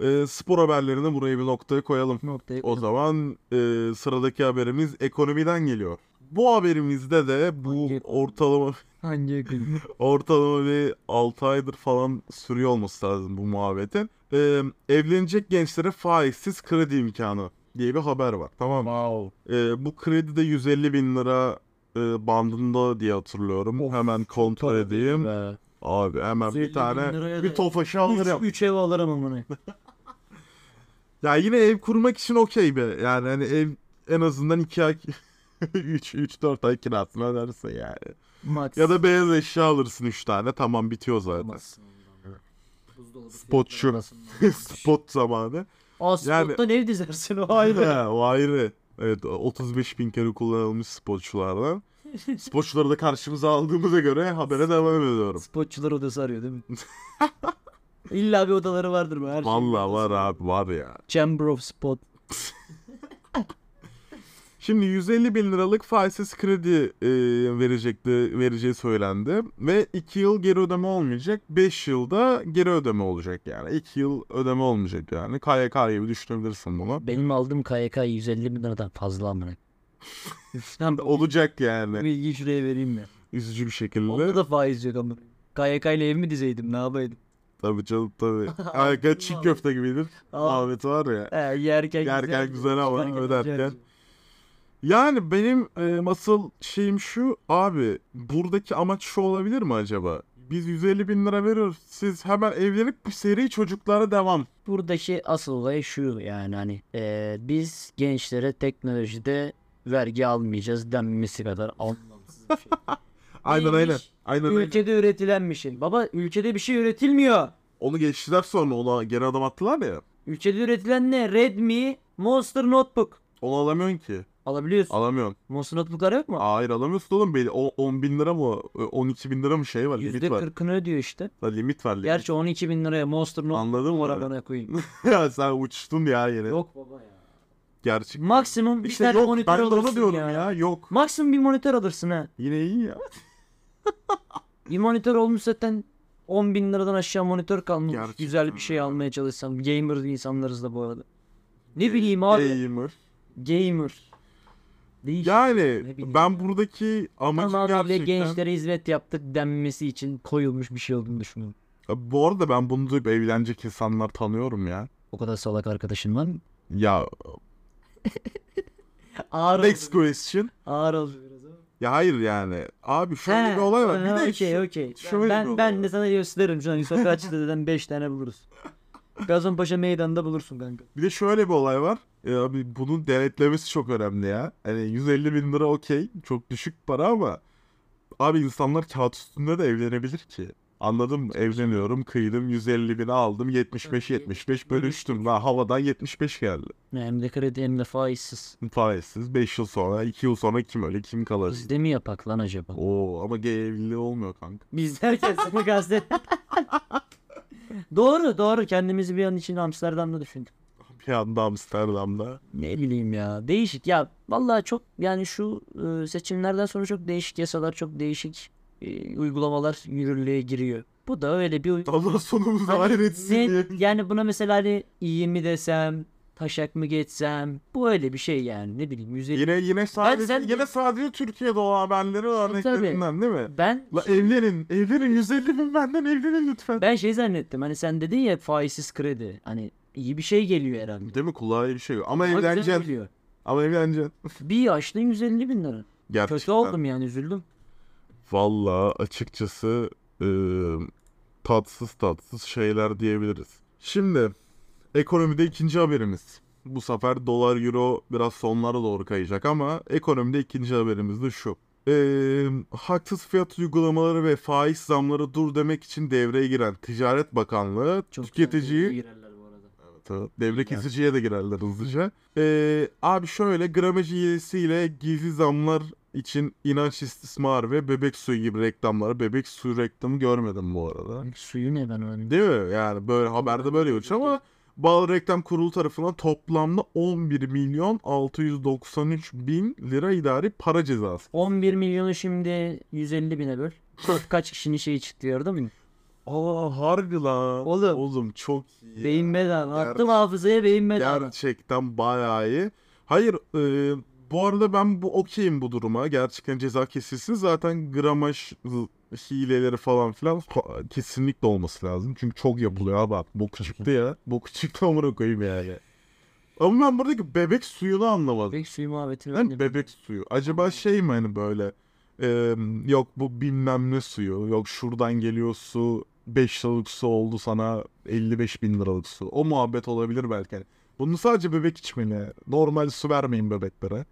Speaker 1: Ee, spor haberlerini buraya bir noktaya koyalım.
Speaker 2: Noktayı
Speaker 1: O zaman e, sıradaki haberimiz ekonomiden geliyor. Bu haberimizde de bu
Speaker 2: Hangi-
Speaker 1: ortalama
Speaker 2: hangi
Speaker 1: *laughs*
Speaker 2: gün?
Speaker 1: ortalama bir 6 aydır falan sürüyor olması lazım bu muhabbetin. Ee, evlenecek gençlere faizsiz kredi imkanı diye bir haber var. Tamam mı?
Speaker 2: wow.
Speaker 1: Ee, bu kredi de 150 bin lira e, bandında diye hatırlıyorum.
Speaker 2: Of,
Speaker 1: hemen kontrol edeyim.
Speaker 2: Be.
Speaker 1: Abi hemen
Speaker 2: 150 bin
Speaker 1: bir tane
Speaker 2: liraya da-
Speaker 1: bir tofaşı alırım.
Speaker 2: 3 ev alırım amına.
Speaker 1: Ya yine ev kurmak için okey be. Yani hani ev en azından 2 ay *laughs* 3 3 4 ay kirasını ödersin yani.
Speaker 2: Max.
Speaker 1: Ya da beyaz eşya alırsın 3 tane tamam bitiyor zaten.
Speaker 2: Max.
Speaker 3: Buzdolabı
Speaker 1: Spotçu.
Speaker 3: fiyatları arasında.
Speaker 1: *laughs* *laughs* Spot zamanı.
Speaker 2: O
Speaker 1: Yani-
Speaker 2: spotta ne dizersin *laughs* o ayrı.
Speaker 1: Ha, o ayrı. Evet 35 bin kere kullanılmış
Speaker 2: *laughs*
Speaker 1: spotçulardan. Spotçuları da karşımıza aldığımıza göre habere devam ediyorum.
Speaker 2: Spotçular odası
Speaker 1: *laughs*
Speaker 2: arıyor değil mi? İlla bir odaları vardır mı? Her şey.
Speaker 1: Vallahi var abi var ya.
Speaker 2: Chamber of Spot.
Speaker 1: Şimdi 150 bin liralık faizsiz kredi e, verecekti, vereceği söylendi. Ve 2 yıl geri ödeme olmayacak. 5 yılda geri ödeme olacak yani. 2 yıl ödeme olmayacak yani. KYK gibi düşünebilirsin bunu.
Speaker 3: Benim aldığım KYK 150 bin liradan fazla amına.
Speaker 1: *laughs*
Speaker 2: Lan o
Speaker 1: Olacak yani.
Speaker 2: bilgiyi şuraya vereyim mi?
Speaker 1: Üzücü bir şekilde.
Speaker 2: Onda da faiz yok ama. KYK ile ev mi dizeydim ne yapaydım?
Speaker 1: Tabii canım tabii. Harika çiğ köfte gibidir.
Speaker 2: Abi.
Speaker 1: Ahmet var ya.
Speaker 2: He, yerken güzel.
Speaker 1: Yerken güzel ama
Speaker 2: Yerken
Speaker 1: öderken.
Speaker 2: güzel.
Speaker 1: Yani benim e, asıl şeyim şu abi buradaki amaç şu olabilir mi acaba? Biz 150 bin lira veriyoruz. Siz hemen evlenip bir seri çocuklara devam.
Speaker 3: Buradaki asıl olay şu yani hani eee, biz gençlere teknolojide vergi almayacağız denmesi kadar anlamsız bir şey.
Speaker 1: Aynen
Speaker 2: Neymiş?
Speaker 1: aynen. Aynen aynen.
Speaker 2: *laughs* Ülkede üretilen bir şey. Baba ülkede bir şey üretilmiyor.
Speaker 1: Onu geçtiler sonra ona geri adam attılar ya.
Speaker 2: Ülkede üretilen ne? Redmi, Monster Notebook.
Speaker 1: Onu alamıyorsun ki.
Speaker 2: Alabiliyorsun.
Speaker 1: Alamıyorsun.
Speaker 2: Monster Notebook'lar yok mu?
Speaker 1: Hayır alamıyorsun oğlum. Belli. O, 10 bin lira mı? e, 12 bin lira mı şey var? Limit var.
Speaker 2: %40'ını ödüyor işte.
Speaker 1: La, limit var. Limit.
Speaker 2: Gerçi 12 bin liraya Monster Notebook
Speaker 1: Anladın mı?
Speaker 2: var bana koyayım.
Speaker 1: *laughs* ya sen uçtun ya yine.
Speaker 2: yok baba ya.
Speaker 1: Gerçek.
Speaker 2: Maksimum bir
Speaker 1: İşte
Speaker 2: tane
Speaker 1: yok.
Speaker 2: monitör
Speaker 1: Ben de onu
Speaker 2: alırsın
Speaker 1: diyorum
Speaker 2: ya.
Speaker 1: ya. Yok.
Speaker 2: Maksimum bir monitör alırsın ha.
Speaker 1: Yine iyi ya.
Speaker 2: Bir monitör olmuş zaten 10 bin liradan aşağı monitör kalmış.
Speaker 1: Gerçekten
Speaker 2: Güzel bir şey
Speaker 1: öyle.
Speaker 2: almaya çalışsam. Gamer insanlarız da bu arada. Ne bileyim abi.
Speaker 1: Ee, Gamer.
Speaker 2: Gamer. Değişik.
Speaker 1: Yani
Speaker 2: Ne bileyim
Speaker 1: ben
Speaker 2: ya.
Speaker 1: buradaki amacı
Speaker 2: Tamamıyla
Speaker 1: gerçekten...
Speaker 2: gençlere hizmet yaptık denmesi için koyulmuş bir şey olduğunu düşünüyorum.
Speaker 1: Ya Bu arada ben bunu duyup evlenecek insanlar tanıyorum ya.
Speaker 3: O kadar salak arkadaşın var mı?
Speaker 1: Ya
Speaker 2: Ağır
Speaker 1: next
Speaker 2: oldu.
Speaker 1: question.
Speaker 2: Ağır oldu biraz ama.
Speaker 1: Ya hayır yani. Abi şöyle
Speaker 2: He, şey,
Speaker 1: bir olay var. Bir de
Speaker 2: okey
Speaker 1: şu-
Speaker 2: okey.
Speaker 1: şöyle
Speaker 2: Ben,
Speaker 1: bir
Speaker 2: ben,
Speaker 1: olay
Speaker 2: ben de
Speaker 1: var.
Speaker 2: sana gösteririm şu an. Sokratçı'da *laughs* deden 5 tane buluruz. Gazipaşa meydanında bulursun kanka.
Speaker 1: bir de şöyle bir olay var. Ya abi bunun denetlemesi çok önemli ya. Hani 150 bin lira okey. Çok düşük para ama abi insanlar kağıt üstünde de evlenebilir ki. Anladın mı? Evleniyorum, kıydım, 150 bini aldım, 75 75 bölüştüm. Lan havadan 75 geldi.
Speaker 3: Hem de kredi hem de faizsiz.
Speaker 1: Faizsiz 5 yıl sonra, 2 yıl sonra kim öyle kim kalır?
Speaker 3: Bizde mi yapak lan acaba?
Speaker 1: Oo ama gay evliliği olmuyor kanka.
Speaker 2: Biz derken seni gazet. doğru doğru kendimizi bir an için Amsterdam'da düşündük.
Speaker 1: Bir anda Amsterdam'da.
Speaker 3: Ne bileyim ya. Değişik ya. Vallahi çok yani şu e, seçimlerden sonra çok değişik yasalar, çok değişik e, uygulamalar yürürlüğe giriyor. Bu da öyle bir uy-
Speaker 1: Allah sonumuzu *laughs*
Speaker 2: Hani
Speaker 1: hayır etsin
Speaker 2: ne-
Speaker 1: diye.
Speaker 3: yani buna mesela hani iyi mi desem, taşak mı geçsem? Bu öyle bir şey yani. Ne bileyim 150
Speaker 1: Yine yine sadece
Speaker 3: sen-
Speaker 1: yine sadece Türkiye'de olan haberleri örneklerinden değil mi?
Speaker 3: ben
Speaker 1: La evlenin, evlenin 150 bin benden evlenin lütfen.
Speaker 3: ben şey zannettim. Hani sen dedin ya faizsiz kredi. Hani iyi bir şey geliyor herhalde.
Speaker 1: Değil mi? Kulağa iyi bir şey yok. Ama
Speaker 3: Ama güzel
Speaker 1: evleneceksin.
Speaker 3: geliyor.
Speaker 1: Ama evleneceksin.
Speaker 3: Bir yaşta 150 bin lira.
Speaker 1: Gerçekten.
Speaker 3: Kötü oldum yani üzüldüm.
Speaker 1: Valla açıkçası ıı, tatsız tatsız şeyler diyebiliriz. Şimdi ekonomide ikinci haberimiz. Bu sefer dolar euro biraz sonlara doğru kayacak ama ekonomide ikinci haberimiz de şu. Ee, haksız fiyat uygulamaları ve faiz zamları dur demek için devreye giren Ticaret Bakanlığı tüketiciyi Tabii. Devre kesiciye de girerler hızlıca. Ee, abi şöyle gramaj üyesiyle gizli zamlar için inanç istismar ve bebek suyu gibi reklamlar. Bebek suyu reklamı görmedim bu arada.
Speaker 3: Suyu ne ben öyle.
Speaker 1: Değil mi? Yani böyle haberde böyle geçiyor ama Bağlı Reklam Kurulu tarafından toplamda 11 milyon 693 bin lira idari para cezası.
Speaker 3: 11 milyonu şimdi 150 bine
Speaker 1: *laughs*
Speaker 3: böl. Kaç kişinin şeyi çıktı gördün mü?
Speaker 1: Aa harbi lan.
Speaker 2: Oğlum.
Speaker 1: Oğlum çok iyi. ya.
Speaker 2: Beyin bedava.
Speaker 1: Ger-
Speaker 2: Attım hafızaya beyin bedava.
Speaker 1: Gerçekten bayağı iyi. Hayır e, bu arada ben bu okeyim bu duruma. Gerçekten ceza kesilsin. Zaten gramaj hı- hileleri falan filan fa- kesinlikle olması lazım. Çünkü çok yapılıyor abi. Bak boku çıktı ya. Boku çıktı amına koyayım yani. Ama ben buradaki bebek suyunu anlamadım.
Speaker 3: Bebek suyu muhabbeti.
Speaker 1: Lan
Speaker 3: ben de-
Speaker 1: Hani bebek suyu. Acaba şey mi hani böyle e, yok bu bilmem ne suyu yok şuradan geliyor su 5 liralık su oldu sana 55 bin liralık su. O muhabbet olabilir belki. Hani Bunu sadece bebek içmeli. Normal su vermeyin bebeklere.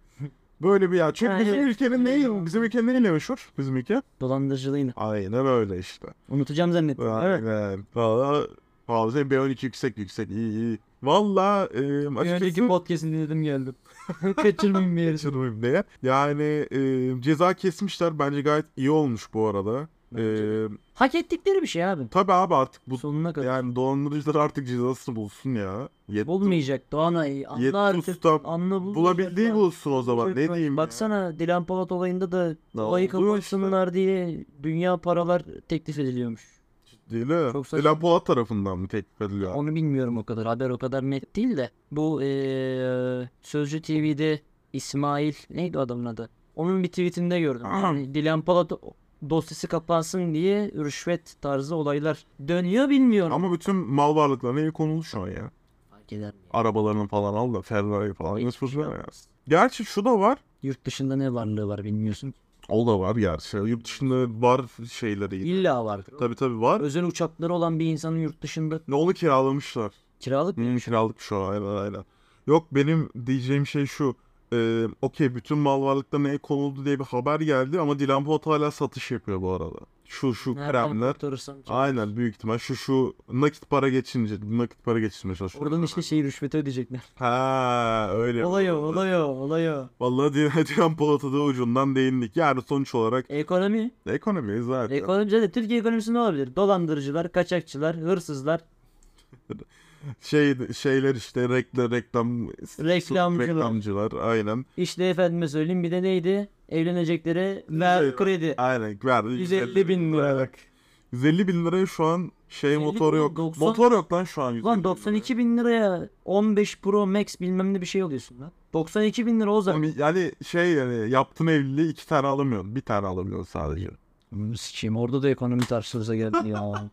Speaker 1: Böyle bir ya. Çünkü
Speaker 2: Ha,
Speaker 1: bizim
Speaker 2: evet.
Speaker 1: ülkenin neyi, bizim ülkenin neyle meşhur? Bizim ülke.
Speaker 3: Dolandırıcılığıyla.
Speaker 1: Aynen öyle işte.
Speaker 3: Unutacağım zannettim.
Speaker 1: Aynen. şey Valla Valla senin B12 yüksek yüksek iyi iyi. Valla e,
Speaker 4: Önceki
Speaker 1: açıkçası
Speaker 4: podcast'ini dinledim
Speaker 3: *laughs*
Speaker 1: *laughs*
Speaker 4: geldim. Kaçırmayayım bir yeri.
Speaker 1: Kaçırmayayım diye. Yani e, ceza kesmişler. Bence gayet iyi olmuş bu arada. E,
Speaker 2: Hak ettikleri bir şey abi.
Speaker 1: tabii abi artık bu
Speaker 2: Sonuna kadar.
Speaker 1: yani dolandırıcılar artık cezasını bulsun ya. Yet,
Speaker 2: Olmayacak Doğan Ay.
Speaker 1: Yetmiş
Speaker 2: Anla artık.
Speaker 1: usta
Speaker 2: Anla bul.
Speaker 1: bulabildiği bulsun o zaman. Ne diyeyim? ya?
Speaker 2: Baksana Dilan Polat olayında da
Speaker 1: Ne
Speaker 2: olayı
Speaker 1: oluyor
Speaker 2: kapatsınlar diye dünya paralar teklif ediliyormuş.
Speaker 1: Değil mi?
Speaker 2: Çok saçma.
Speaker 1: Dilan Polat tarafından mı teklif ediliyor?
Speaker 2: Onu bilmiyorum o kadar. Haber o kadar net değil de. Bu eee Sözcü TV'de İsmail neydi adamın adı? Onun bir
Speaker 1: *clears throat*
Speaker 2: tweetinde gördüm. Yani Dilan Polat dosyası kapansın diye rüşvet tarzı olaylar dönüyor bilmiyorum.
Speaker 1: Ama bütün mal varlıklarına el konulu şu an ya.
Speaker 2: Fark eder mi?
Speaker 1: Arabalarını falan al da Ferrari falan. Nasıl
Speaker 2: şey
Speaker 1: veremez. Gerçi şu da var.
Speaker 2: Yurt dışında ne varlığı var bilmiyorsun.
Speaker 1: O da var gerçi. Yurt dışında var şeyleri.
Speaker 2: İlla vardır.
Speaker 1: Tabii tabii var.
Speaker 2: Özel uçakları olan bir insanın yurt dışında
Speaker 1: Ne onu kiralamışlar.
Speaker 2: kiralık
Speaker 1: Benim kiralık şu an aynen aynen. Yok benim diyeceğim şey şu. Ee, Okey bütün mal varlıklarına el konuldu diye bir haber geldi ama Dilan Polat hala satış yapıyor bu arada. Şu şu
Speaker 2: Nereden
Speaker 1: kremler.
Speaker 2: kurtarırsam ki.
Speaker 1: Aynen büyük ihtimal şu şu nakit para geçince nakit para geçirmeye çalışıyor.
Speaker 4: Oradan işte şey rüşvete ödeyecekler.
Speaker 1: Ha öyle.
Speaker 4: Olay o, olay o, olay o.
Speaker 1: Vallahi Dilan, *laughs* Dilan Polat'a da ucundan değindik. Yani sonuç olarak
Speaker 2: Ekonomi.
Speaker 1: ekonomi zaten.
Speaker 2: Ekonomi zaten Türkiye ekonomisi ne olabilir? Dolandırıcılar, kaçakçılar, hırsızlar,
Speaker 1: şey şeyler işte reklam reklam
Speaker 2: Reklamcılar.
Speaker 1: reklamcılar aynen.
Speaker 2: İşte efendime söyleyeyim bir de neydi? Evleneceklere ver
Speaker 1: Yüz-
Speaker 2: kredi.
Speaker 1: Aynen verdi.
Speaker 2: 150 bin liralık.
Speaker 1: 150 bin liraya şu an şey
Speaker 2: 150
Speaker 1: motoru
Speaker 2: bin,
Speaker 1: yok.
Speaker 2: 90
Speaker 1: Motor yok lan şu an. 150
Speaker 2: Lan
Speaker 1: bin
Speaker 2: 92 bin liraya 15 Pro Max bilmem ne bir şey oluyorsun lan. 92 bin lira o
Speaker 1: liraya.
Speaker 2: zaman.
Speaker 1: Oğlum Yani şey yani yaptığın evliliği iki tane alamıyorsun. Bir tane alamıyorsun sadece.
Speaker 2: Bunu sikeyim orada da ekonomi tartışılırsa *laughs* geldi ya.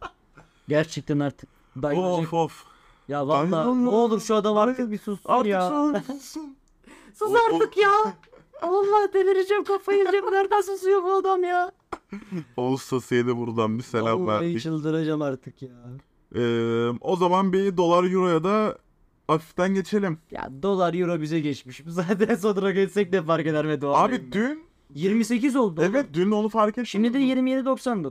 Speaker 2: Gerçekten artık. dayanacak-
Speaker 1: Of of.
Speaker 2: Ya valla
Speaker 1: Dayanamam.
Speaker 2: ne olur şu adam artık bir sussun
Speaker 1: Artık
Speaker 2: ya. *laughs*
Speaker 1: sorumlusun.
Speaker 2: Sus
Speaker 1: O- *laughs*
Speaker 2: artık ya. Allah delireceğim kafayı yiyeceğim. Nereden susuyor bu adam ya?
Speaker 1: Oğuz Sasi'ye de buradan bir selam
Speaker 4: Vallahi
Speaker 1: verdik.
Speaker 4: çıldıracağım artık ya.
Speaker 1: Ee, o zaman bir dolar euroya da hafiften geçelim.
Speaker 4: Ya dolar euro bize geçmiş. Zaten sonra geçsek de fark eder mi dolar?
Speaker 1: Abi
Speaker 4: euro?
Speaker 1: dün
Speaker 2: 28 oldu. oğlum.
Speaker 1: evet dün onu fark ettim.
Speaker 2: Şimdi de 27.99.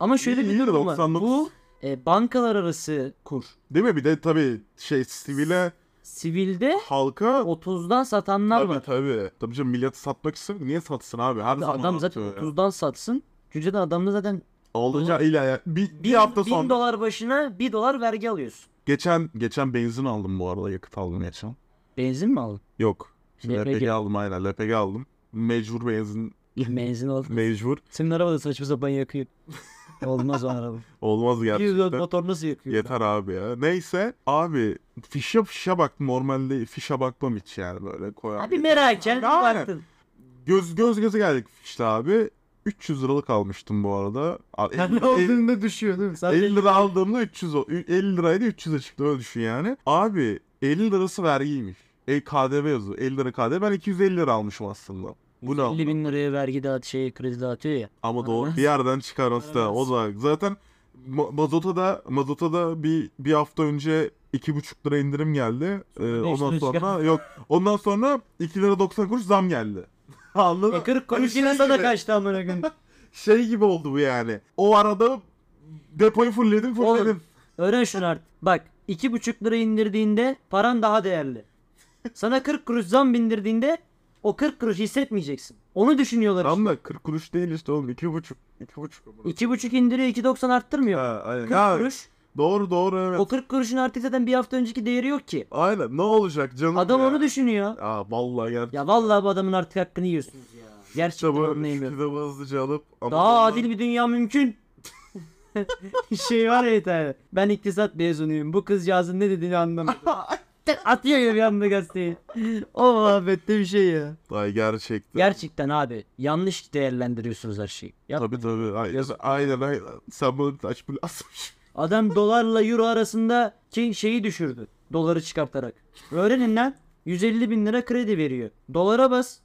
Speaker 2: Ama şöyle bir durum var.
Speaker 1: 99.
Speaker 2: Bu e, bankalar arası kur.
Speaker 1: Değil mi? Bir de tabii şey sivile
Speaker 2: Sivilde
Speaker 1: halka
Speaker 2: 30'dan satanlar
Speaker 1: Tabii
Speaker 2: var.
Speaker 1: tabii. Tabii canım milleti satmak istemiyor. Niye satsın abi? Her zaman
Speaker 2: Adam zaten
Speaker 1: atıyor ya.
Speaker 2: 30'dan satsın. Çünkü de adamda zaten
Speaker 1: Olacağı ile ya. Bir, bir hafta
Speaker 2: 1000
Speaker 1: sonra.
Speaker 2: dolar başına 1 dolar vergi alıyorsun.
Speaker 1: Geçen geçen benzin aldım bu arada. Yakıt aldım geçen.
Speaker 2: Benzin mi aldın?
Speaker 1: Yok. Şimdi
Speaker 2: LPG.
Speaker 1: LPG. aldım aynen. LPG aldım. Mecbur benzin. *laughs*
Speaker 2: Benzin aldın.
Speaker 1: Mecbur.
Speaker 4: Senin araba da saçma sapan yakıyor. Olmaz o
Speaker 1: *laughs*
Speaker 4: araba.
Speaker 1: Olmaz
Speaker 4: Bilmiyorum
Speaker 1: gerçekten.
Speaker 4: motor nasıl yakıyor?
Speaker 1: Yeter abi ya. Neyse abi fişe fişe baktım. Normalde fişe bakmam hiç yani böyle koyar.
Speaker 2: Abi merak
Speaker 1: Aynen.
Speaker 2: et. Baktın.
Speaker 1: Göz göz göze geldik fişte abi. 300 liralık almıştım bu arada. Abi,
Speaker 4: Sen ne olduğunda düşüyor değil mi? Sadece
Speaker 1: 50 lira aldığımda 300 o- 50 liraydı 300'e çıktı öyle düşün yani. Abi 50 lirası vergiymiş. E, KDV yazıyor. 50 lira KDV. Ben 250 lira almışım aslında. Bu ne?
Speaker 2: 50
Speaker 1: ama?
Speaker 2: bin liraya vergi dağıt şey kredi dağıtıyor ya.
Speaker 1: Ama doğru
Speaker 2: Aramaz.
Speaker 1: bir yerden çıkarması da o
Speaker 2: Aramaz.
Speaker 1: da zaten ma- mazota da mazota da bir bir hafta önce 2,5 lira indirim geldi. Ee,
Speaker 4: beş
Speaker 1: ondan
Speaker 4: lira
Speaker 1: sonra
Speaker 4: çıkar.
Speaker 1: yok. Ondan sonra 2 lira 90 kuruş zam geldi. *laughs* Anladın?
Speaker 4: E 40
Speaker 1: Hani
Speaker 4: kuruş
Speaker 1: şey
Speaker 4: yine sana
Speaker 1: gibi-
Speaker 4: kaçtı amına gün.
Speaker 1: Şey gibi oldu bu yani. O arada depoyu fullledim
Speaker 2: Oğlum,
Speaker 1: fullledim.
Speaker 2: Öğren şunu artık. Bak 2,5 lira indirdiğinde paran daha değerli. Sana 40 kuruş zam bindirdiğinde o 40 kuruş hissetmeyeceksin. Onu düşünüyorlar işte.
Speaker 1: Tam da 40 kuruş değil işte oğlum 2,5. 2,5.
Speaker 2: 2,5 indiriyor 2,90 arttırmıyor.
Speaker 1: Ha, aynen.
Speaker 2: 40
Speaker 1: Ya,
Speaker 2: kuruş.
Speaker 1: doğru doğru evet.
Speaker 2: O 40 kuruşun artık zaten bir hafta önceki değeri yok ki.
Speaker 1: Aynen ne olacak canım
Speaker 2: Adam
Speaker 1: ya.
Speaker 2: onu düşünüyor.
Speaker 1: Aa vallahi gerçekten.
Speaker 2: Ya vallahi bu adamın artık hakkını yiyorsunuz ya.
Speaker 1: İşte
Speaker 2: Gerçekten
Speaker 1: bu
Speaker 2: anlayamıyorum.
Speaker 1: kitabı hızlıca alıp.
Speaker 2: Daha
Speaker 1: Amazon'dan-
Speaker 2: adil bir dünya mümkün. *laughs*
Speaker 4: şey var ya bir tane. Ben iktisat mezunuyum. Bu kızcağızın ne dediğini anlamadım.
Speaker 1: *laughs*
Speaker 4: Tek Atıyor ya bir anda gazeteyi. O muhabbette bir şey ya.
Speaker 1: Ay gerçekten.
Speaker 2: Gerçekten abi yanlış değerlendiriyorsunuz her şeyi. Ya
Speaker 1: Tabii tabii. Aynen aynen. aynen. Sen bunu aç bunu
Speaker 2: *laughs*
Speaker 1: asmış.
Speaker 2: adam dolarla euro arasında ki şeyi düşürdü. Doları çıkartarak. Öğrenin lan 150 bin lira kredi veriyor. Dolara bas.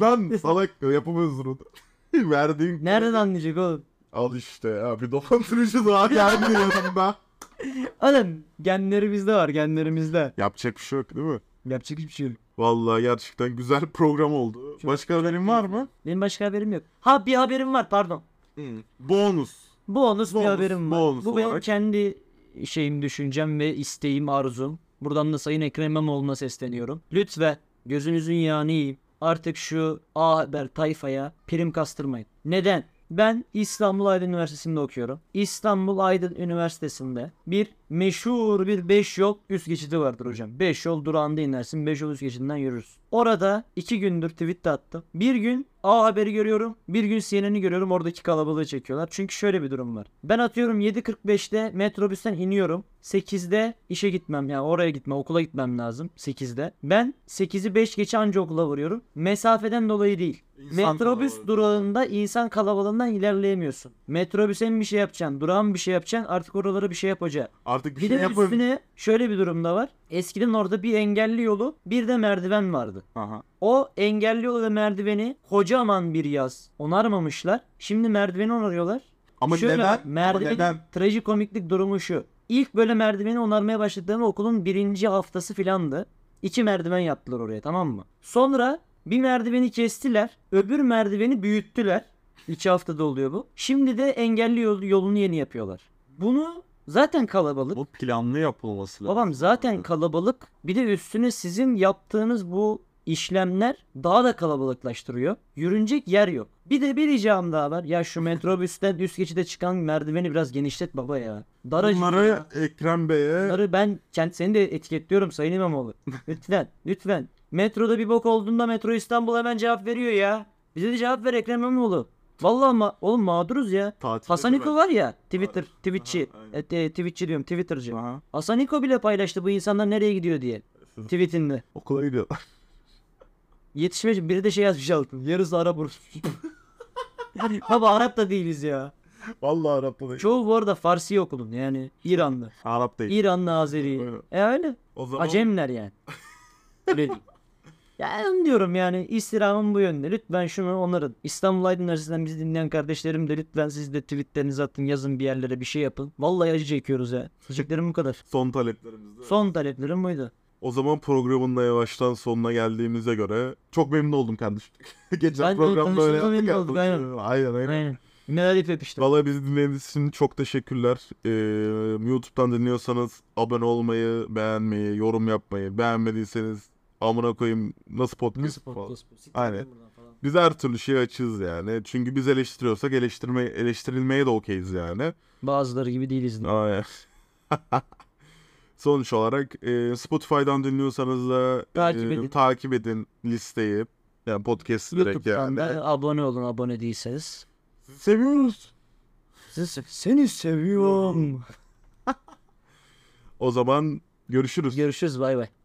Speaker 1: Lan salak yapamıyorsun onu. *laughs* Verdiğin
Speaker 2: Nereden anlayacak oğlum?
Speaker 1: al işte ya bir dolandırıcı
Speaker 2: *laughs*
Speaker 1: daha geldi yanımda.
Speaker 4: Oğlum genleri bizde var genlerimizde.
Speaker 1: Yapacak bir şey yok değil mi?
Speaker 4: Yapacak hiçbir şey yok.
Speaker 1: Vallahi gerçekten güzel bir program oldu. Başka haberin var mı?
Speaker 2: Benim başka haberim yok. Ha bir haberim var pardon.
Speaker 1: Bonus.
Speaker 2: Bonus,
Speaker 1: Bonus,
Speaker 2: bir haberim var.
Speaker 1: bonus
Speaker 2: Bu benim
Speaker 1: olarak.
Speaker 2: kendi şeyim, düşüncem ve isteğim, arzum. Buradan da Sayın Ekrem İmamoğlu'na sesleniyorum. Lütfen gözünüzün yağını yiyeyim. Artık şu A Haber tayfaya prim kastırmayın. Neden? Ben İstanbul Aydın Üniversitesi'nde okuyorum. İstanbul Aydın Üniversitesi'nde bir meşhur bir 5 yol üst geçidi vardır hocam. 5 yol durağında inersin 5 yol üst geçidinden yürürsün. Orada 2 gündür tweet de attım. Bir gün A Haber'i görüyorum bir gün CNN'i görüyorum oradaki kalabalığı çekiyorlar. Çünkü şöyle bir durum var. Ben atıyorum 7.45'te metrobüsten iniyorum. 8'de işe gitmem yani oraya gitme okula gitmem lazım 8'de. Ben 8'i 5 geçe anca okula varıyorum. Mesafeden dolayı değil.
Speaker 1: İnsan
Speaker 2: Metrobüs
Speaker 1: kalabalığı.
Speaker 2: durağında insan kalabalığından ilerleyemiyorsun. Metrobüse mi bir şey yapacaksın? Durağa mı bir şey yapacaksın? Artık oralara bir şey yapacak.
Speaker 1: Artık bir,
Speaker 2: Bir
Speaker 1: şey
Speaker 2: de
Speaker 1: yapın.
Speaker 2: üstüne şöyle bir durum da var. Eskiden orada bir engelli yolu bir de merdiven vardı.
Speaker 1: Aha.
Speaker 2: O engelli yolu ve merdiveni kocaman bir yaz onarmamışlar. Şimdi merdiveni onarıyorlar.
Speaker 1: Ama
Speaker 2: Şöyle
Speaker 1: neden? Ama
Speaker 2: merdiven-
Speaker 1: neden?
Speaker 2: Trajikomiklik durumu şu. İlk böyle merdiveni onarmaya başladıklarında okulun birinci haftası filandı. İki merdiven yaptılar oraya tamam mı? Sonra bir merdiveni kestiler. Öbür merdiveni büyüttüler. İki haftada oluyor bu. Şimdi de engelli yol- yolunu yeni yapıyorlar. Bunu zaten kalabalık.
Speaker 1: Bu planlı yapılması lazım.
Speaker 2: Babam zaten kalabalık. Bir de üstüne sizin yaptığınız bu işlemler daha da kalabalıklaştırıyor. Yürünecek yer yok. Bir de bir ricam daha var. Ya şu metrobüsten üst geçide çıkan merdiveni biraz genişlet baba ya. Daracık.
Speaker 1: Bunları Ekrem Bey'e
Speaker 2: Bunları ben kend, seni de etiketliyorum Sayın İmamoğlu. *laughs* Lütfen, lütfen. Metroda bir bok olduğunda Metro İstanbul hemen cevap veriyor ya. Bize de cevap ver Ekrem İmamoğlu. Vallahi ma- oğlum mağduruz ya.
Speaker 1: tatil
Speaker 2: Hasan İko var ya Twitter, Twitch'çi,
Speaker 1: Aha, aynen.
Speaker 2: e, te- Twitch'çi diyorum Twitter'cı.
Speaker 1: Aha.
Speaker 2: Hasan İko bile paylaştı bu insanlar nereye
Speaker 1: *laughs*
Speaker 2: gidiyor diye. Tweetinde.
Speaker 1: Okula gidiyorlar.
Speaker 2: Yetişmeci biri de şey yazmış altın. Yarısı Arap olur. *laughs* yani baba Arap da
Speaker 1: *laughs*
Speaker 2: değiliz ya.
Speaker 1: *laughs* Vallahi Arap'ta değil.
Speaker 2: Çoğu bu arada Farsi okulun yani İranlı.
Speaker 1: Arap değil.
Speaker 2: İranlı Azeri.
Speaker 1: Evet.
Speaker 2: E öyle.
Speaker 1: O zaman
Speaker 2: Acemler yani.
Speaker 1: *laughs*
Speaker 2: Öyle değil. Ya ben diyorum yani istirhamım bu yönde. Lütfen şunu onarın. İstanbul Aydın Üniversitesi'nden bizi dinleyen kardeşlerim de lütfen siz de tweetlerinizi atın yazın bir yerlere bir şey yapın. Vallahi acı çekiyoruz ya. Söyleyeceklerim bu kadar.
Speaker 1: son taleplerimizde.
Speaker 2: Son taleplerim buydu.
Speaker 1: O zaman programın da yavaştan sonuna geldiğimize göre çok memnun oldum kardeşim. *laughs* Geçen
Speaker 2: Ben de
Speaker 1: programda öyle
Speaker 2: tanıştığıma memnun
Speaker 1: ya.
Speaker 2: olduk, aynen.
Speaker 1: Aynen aynen.
Speaker 2: Aynen. Neler hep öpüştüm.
Speaker 1: Valla bizi dinlediğiniz için çok teşekkürler. Ee, YouTube'dan dinliyorsanız abone olmayı, beğenmeyi, yorum yapmayı, beğenmediyseniz amına koyayım nasıl podcast, falan. Aynen. Biz her türlü şey açığız yani. Çünkü biz eleştiriyorsak eleştirme, eleştirilmeye de okeyiz yani.
Speaker 2: Bazıları gibi değiliz.
Speaker 1: Aynen. *laughs* Sonuç olarak e, Spotify'dan dinliyorsanız da e,
Speaker 2: Takip edin.
Speaker 1: takip edin listeyi. Yani podcast direkt
Speaker 2: YouTube'dan
Speaker 1: yani.
Speaker 2: da abone olun abone değilseniz.
Speaker 1: Seviyoruz.
Speaker 2: Siz- Seni seviyorum.
Speaker 1: O zaman görüşürüz.
Speaker 2: Görüşürüz bay bay.